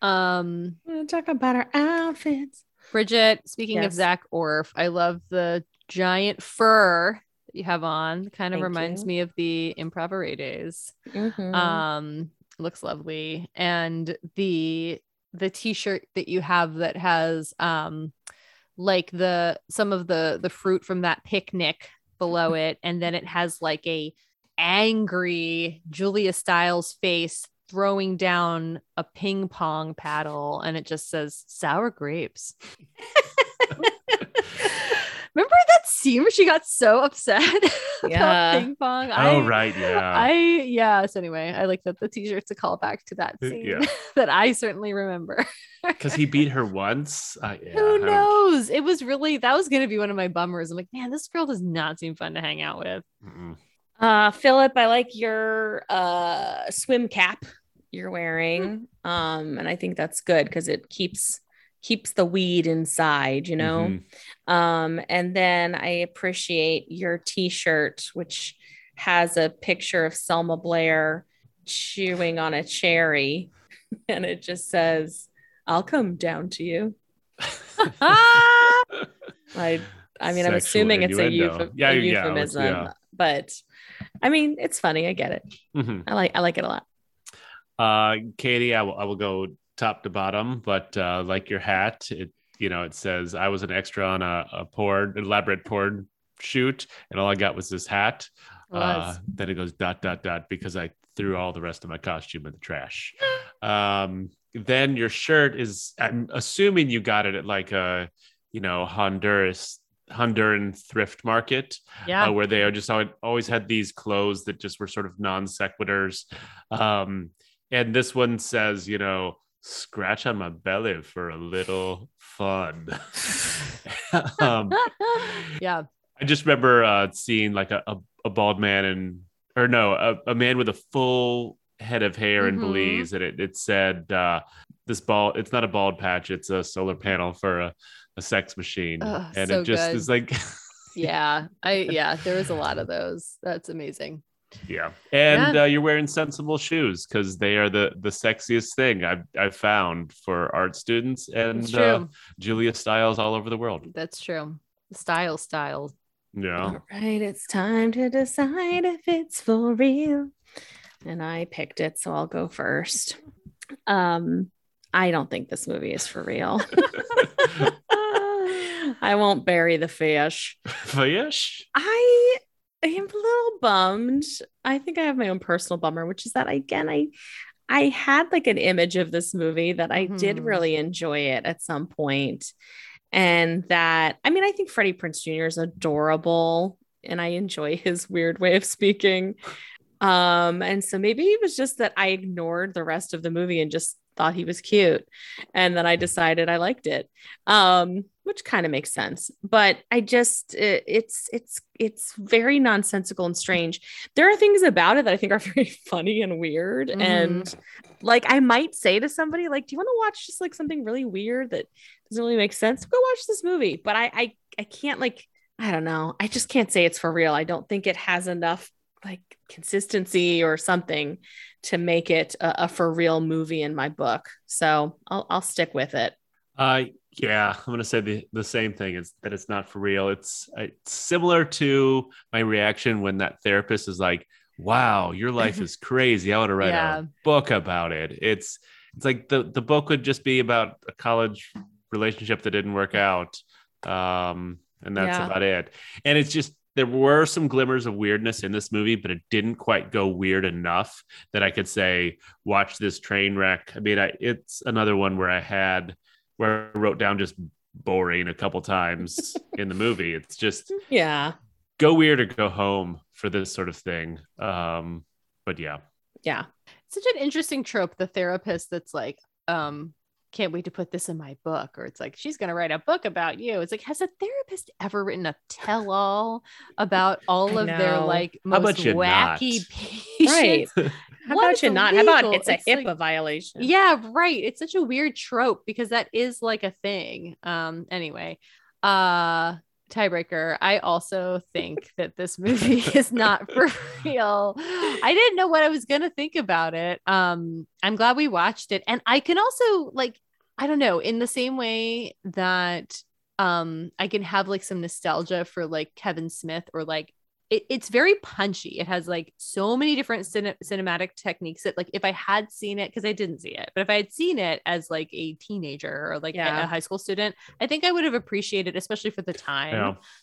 Speaker 1: Um,
Speaker 3: We're gonna talk about our outfits.
Speaker 1: Bridget, speaking of
Speaker 3: Yes.
Speaker 1: Zach Orff, I love the giant fur that you have on. Kind of
Speaker 3: Thank
Speaker 1: reminds
Speaker 3: you.
Speaker 1: me of the Improver days.
Speaker 3: Mm-hmm.
Speaker 1: um looks lovely and the the t-shirt that you have that has um like the some of the the fruit from that picnic below it and then it has like a angry julia styles face throwing down a ping pong paddle and it just says sour grapes remember that scene where she got so upset about
Speaker 3: Yeah.
Speaker 1: ping pong
Speaker 2: Oh
Speaker 1: I-
Speaker 2: right, yeah.
Speaker 1: I yeah. So anyway, I like that the t-shirt's a callback to that scene
Speaker 2: Uh, Yeah.
Speaker 1: that I certainly remember.
Speaker 2: because he beat her once. I- yeah, I
Speaker 1: Who
Speaker 2: don't-
Speaker 1: knows? It was really that was gonna be one of my bummers. I'm like, man, this girl does not seem fun to hang out with.
Speaker 2: Mm-mm.
Speaker 3: Uh, Philip, I like your uh swim cap you're wearing.
Speaker 2: Hmm.
Speaker 3: Um, and I think that's good because it keeps keeps the weed inside, you know.
Speaker 2: Mhm.
Speaker 3: Um, and then I appreciate your t-shirt, which has a picture of Selma Blair chewing on a cherry, and it just says, I'll come down to you.
Speaker 2: Mm-hmm.
Speaker 1: Ah!
Speaker 3: I I mean, I'm
Speaker 2: Sexual
Speaker 3: assuming it's a,
Speaker 2: innuendo.
Speaker 3: euph-
Speaker 2: Yeah,
Speaker 3: a
Speaker 2: yeah, it's-
Speaker 3: euphemism,
Speaker 2: yeah.
Speaker 3: but I mean, it's funny. I get it.
Speaker 2: Mhm.
Speaker 3: I like I like it a lot.
Speaker 2: Uh, Katie, I will, I will go top to bottom, but uh, like your hat, it you know it says I was an extra on a, a porn elaborate porn shoot, and all I got was this hat. Uh,
Speaker 1: Was.
Speaker 2: then it goes dot dot dot because I threw all the rest of my costume in the trash. Um, then your shirt is I'm assuming you got it at like a you know Honduras Honduran thrift market.
Speaker 1: yeah.
Speaker 2: uh, where they are just always, always had these clothes that just were sort of non sequiturs. Um, and this one says, you know, scratch on my belly for a little fun. um,
Speaker 1: yeah.
Speaker 2: I just remember uh, seeing like a, a, a bald man and, or no, a, a man with a full head of hair in
Speaker 1: Mhm.
Speaker 2: Belize, and it, it said uh, this ball. It's not a bald patch; it's a solar panel for a, a sex machine,
Speaker 1: Ugh,
Speaker 2: and
Speaker 1: so
Speaker 2: it just
Speaker 1: good.
Speaker 2: is like,
Speaker 1: yeah i yeah there was a lot of those that's amazing
Speaker 2: yeah. And
Speaker 1: Yeah.
Speaker 2: Uh, you're wearing sensible shoes because they are the the sexiest thing I've I've found for art students
Speaker 1: it's
Speaker 2: and
Speaker 1: true
Speaker 2: uh, Julia Styles all over the world.
Speaker 1: that's true style style
Speaker 2: Yeah,
Speaker 3: All right, it's time to decide if it's for real. And I picked it, so I'll go first. Um, I don't think this movie is for real. I won't bury the fish.
Speaker 2: Fish.
Speaker 3: I am a little bummed. I think I have my own personal bummer, which is that again, I I had like an image of this movie that I did
Speaker 1: Mhm.
Speaker 3: really enjoy it at some point. And that I mean, I think Freddie Prince Jr. is adorable and I enjoy his weird way of speaking. Um, and so maybe it was just that I ignored the rest of the movie and just thought he was cute. And then I decided I liked it. Um, which kind of makes sense. But I just it, it's it's it's very nonsensical and strange. There are things about it that I think are very funny and weird.
Speaker 1: Mhm.
Speaker 3: And like I might say to somebody, like, do you want to watch just like something really weird that doesn't really make sense? Go watch this movie. But I I, I can't like I don't know. I just can't say it's for real. I don't think it has enough like consistency or something to make it a, a for real movie in my book. So I'll, I'll stick with it.
Speaker 2: Uh, yeah, I'm gonna say the, the same thing. It's that it's not for real. It's, uh, it's similar to my reaction when that therapist is like, "Wow, your life is crazy. I want to write
Speaker 1: Yeah.
Speaker 2: a book about it." It's it's like the the book would just be about a college relationship that didn't work out, um, and that's
Speaker 3: Yeah.
Speaker 2: about it. And it's just there were some glimmers of weirdness in this movie, but it didn't quite go weird enough that I could say, "Watch this train wreck." I mean, I, it's another one where I had where I wrote down just boring a couple times in the movie. It's just
Speaker 3: Yeah.
Speaker 2: go weird or go home for this sort of thing. Um, but yeah,
Speaker 3: Yeah.
Speaker 1: such an interesting trope the therapist that's like um can't wait to put this in my book or it's like she's going to write a book about you it's like has a therapist ever written a tell-all about all
Speaker 3: I
Speaker 1: of their
Speaker 3: know.
Speaker 1: like
Speaker 2: How about
Speaker 1: most
Speaker 2: you not?
Speaker 1: wacky
Speaker 3: Right.
Speaker 1: patients
Speaker 3: How
Speaker 1: One,
Speaker 3: about
Speaker 1: it's
Speaker 3: you not? How about
Speaker 1: illegal.
Speaker 3: it's a
Speaker 1: It's
Speaker 3: HIPAA
Speaker 1: like-
Speaker 3: violation?
Speaker 1: yeah right it's such a weird trope because that is like a thing um anyway uh tiebreaker i also think that this movie is not for real i didn't know what i was gonna think about it um i'm glad we watched it and i can also like i don't know in the same way that um i can have like some nostalgia for like kevin smith or like it, it's very punchy it has like so many different cine- cinematic techniques that like if i had seen it because i didn't see it but if i had seen it as like a teenager or like a-
Speaker 3: Yeah.
Speaker 1: a, high school student i think i would have appreciated especially for the time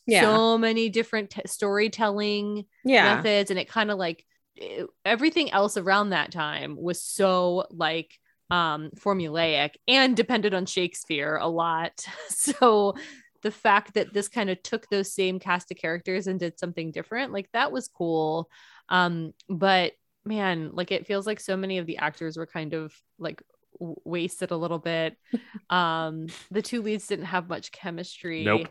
Speaker 2: yeah.
Speaker 3: Yeah.
Speaker 1: so many different t- storytelling
Speaker 3: yeah.
Speaker 1: methods and it kind of like it- everything else around that time was so like um formulaic and depended on shakespeare a lot so the fact that this kind of took those same cast of characters and did something different like that was cool um but man like it feels like so many of the actors were kind of like w- wasted a little bit um the two leads didn't have much chemistry
Speaker 2: Nope.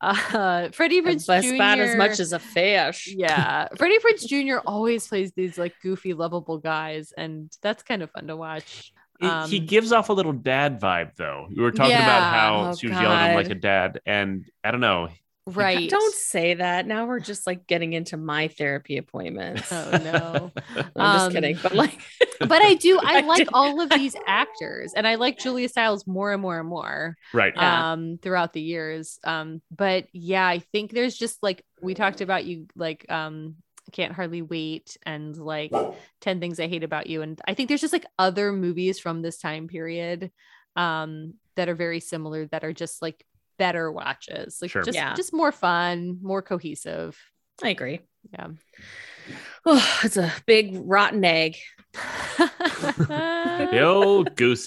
Speaker 1: uh freddie
Speaker 3: That's
Speaker 1: Prinze Jr
Speaker 3: about as much as a fish.
Speaker 1: yeah freddie prince jr always plays these like goofy lovable guys and that's kind of fun to watch
Speaker 2: He- he
Speaker 1: Um,
Speaker 2: gives off a little dad vibe, though. We were talking
Speaker 1: Yeah.
Speaker 2: about how
Speaker 3: Oh,
Speaker 2: she was yelling at him like
Speaker 3: God.
Speaker 2: a dad, and I don't know.
Speaker 1: right
Speaker 3: Don't say that. Now we're just like getting into my therapy appointments.
Speaker 1: oh no
Speaker 3: I'm just
Speaker 1: Um,
Speaker 3: kidding. But like,
Speaker 1: but i do i
Speaker 3: I
Speaker 1: like
Speaker 3: did-
Speaker 1: all of these actors and i like julia stiles more and more and more
Speaker 2: Right.
Speaker 3: Yeah.
Speaker 1: um throughout the years um but yeah i think there's just like we talked about you like um can't hardly wait and like 10 things i hate about you and i think there's just like other movies from this time period um that are very similar that are just like better watches like
Speaker 2: Sure.
Speaker 1: just
Speaker 3: Yeah.
Speaker 1: just more fun more cohesive
Speaker 3: I agree.
Speaker 1: yeah
Speaker 3: Oh, it's a big rotten egg.
Speaker 1: Uh,
Speaker 2: The old goose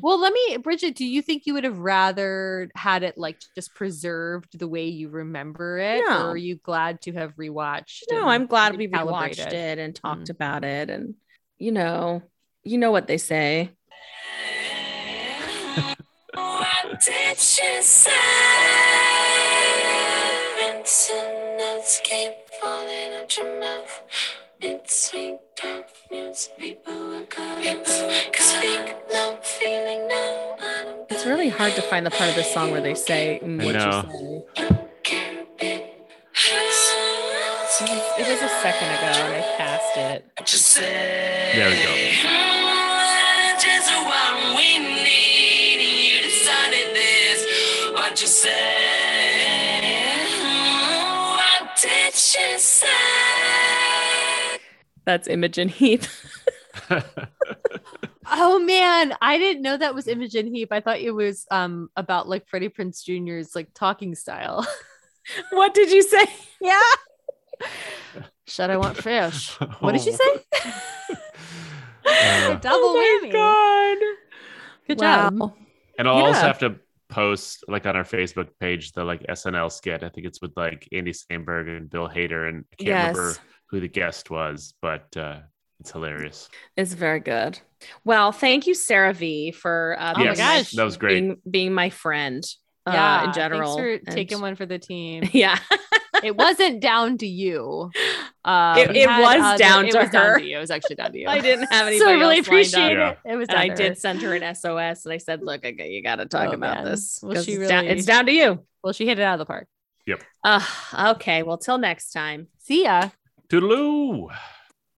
Speaker 1: Well, let me, Bridget, do you think you would have rather had it like just preserved the way you remember it?
Speaker 3: No.
Speaker 1: Or are you glad to have rewatched?
Speaker 3: No,
Speaker 1: and
Speaker 3: I'm glad we
Speaker 1: recalibrated? Mm.
Speaker 3: watched it. and talked about it. And you know, you know what they say.
Speaker 5: What did she say? It's an escape falling out your mouth. It's sweet.
Speaker 3: It's really hard to find the part of the song where they say mm,
Speaker 2: I
Speaker 3: what
Speaker 2: know.
Speaker 3: you say. It was a second ago and I passed it.
Speaker 2: There we go.
Speaker 5: Just what we need, and you decided this. What you said? What did she say?
Speaker 3: That's Imogen Heath.
Speaker 1: Oh man, I didn't know that was Imogen Heap. I thought it was um about like Freddie Prince Jr.'s like talking style.
Speaker 3: what did you say?
Speaker 1: Yeah. Should I want fish? What did she say?
Speaker 2: Uh,
Speaker 1: Double whammy. Good job.
Speaker 3: Oh Wow.
Speaker 2: and I'll also
Speaker 3: Yeah.
Speaker 2: have to post like on our Facebook page the like SNL skit. I think it's with like Andy Samberg and Bill Hader, and I can't remember
Speaker 3: Yes,
Speaker 2: who the guest was, but uh, it's hilarious.
Speaker 3: it's very good. Well, thank you, Sarah V, for uh,
Speaker 1: Oh my
Speaker 2: yes,
Speaker 1: gosh.
Speaker 2: that was great.
Speaker 3: being, being my friend uh, in general.
Speaker 1: Thanks for
Speaker 3: and-
Speaker 1: taking one for the team.
Speaker 3: Yeah.
Speaker 1: it wasn't down to you. Uh,
Speaker 3: It-
Speaker 1: we
Speaker 3: it
Speaker 1: had
Speaker 3: was down
Speaker 1: it
Speaker 3: to
Speaker 1: was down
Speaker 3: her.
Speaker 1: to you. It was actually down to you.
Speaker 3: I didn't have anybody.
Speaker 1: so I really
Speaker 3: else lined up.
Speaker 1: appreciate
Speaker 2: Yeah.
Speaker 1: it. It was
Speaker 3: And
Speaker 1: down
Speaker 3: I
Speaker 1: to her.
Speaker 3: did send her an SOS and I said, look, I, got- you got to talk
Speaker 1: Oh,
Speaker 3: about
Speaker 1: man.
Speaker 3: this.
Speaker 1: Well,
Speaker 3: 'cause
Speaker 1: she
Speaker 3: it's, down,
Speaker 1: really-
Speaker 3: it's down to you.
Speaker 1: Well, she hit it out of the park.
Speaker 3: Uh, okay. Well, till next time.
Speaker 1: See ya.
Speaker 2: Toodaloo.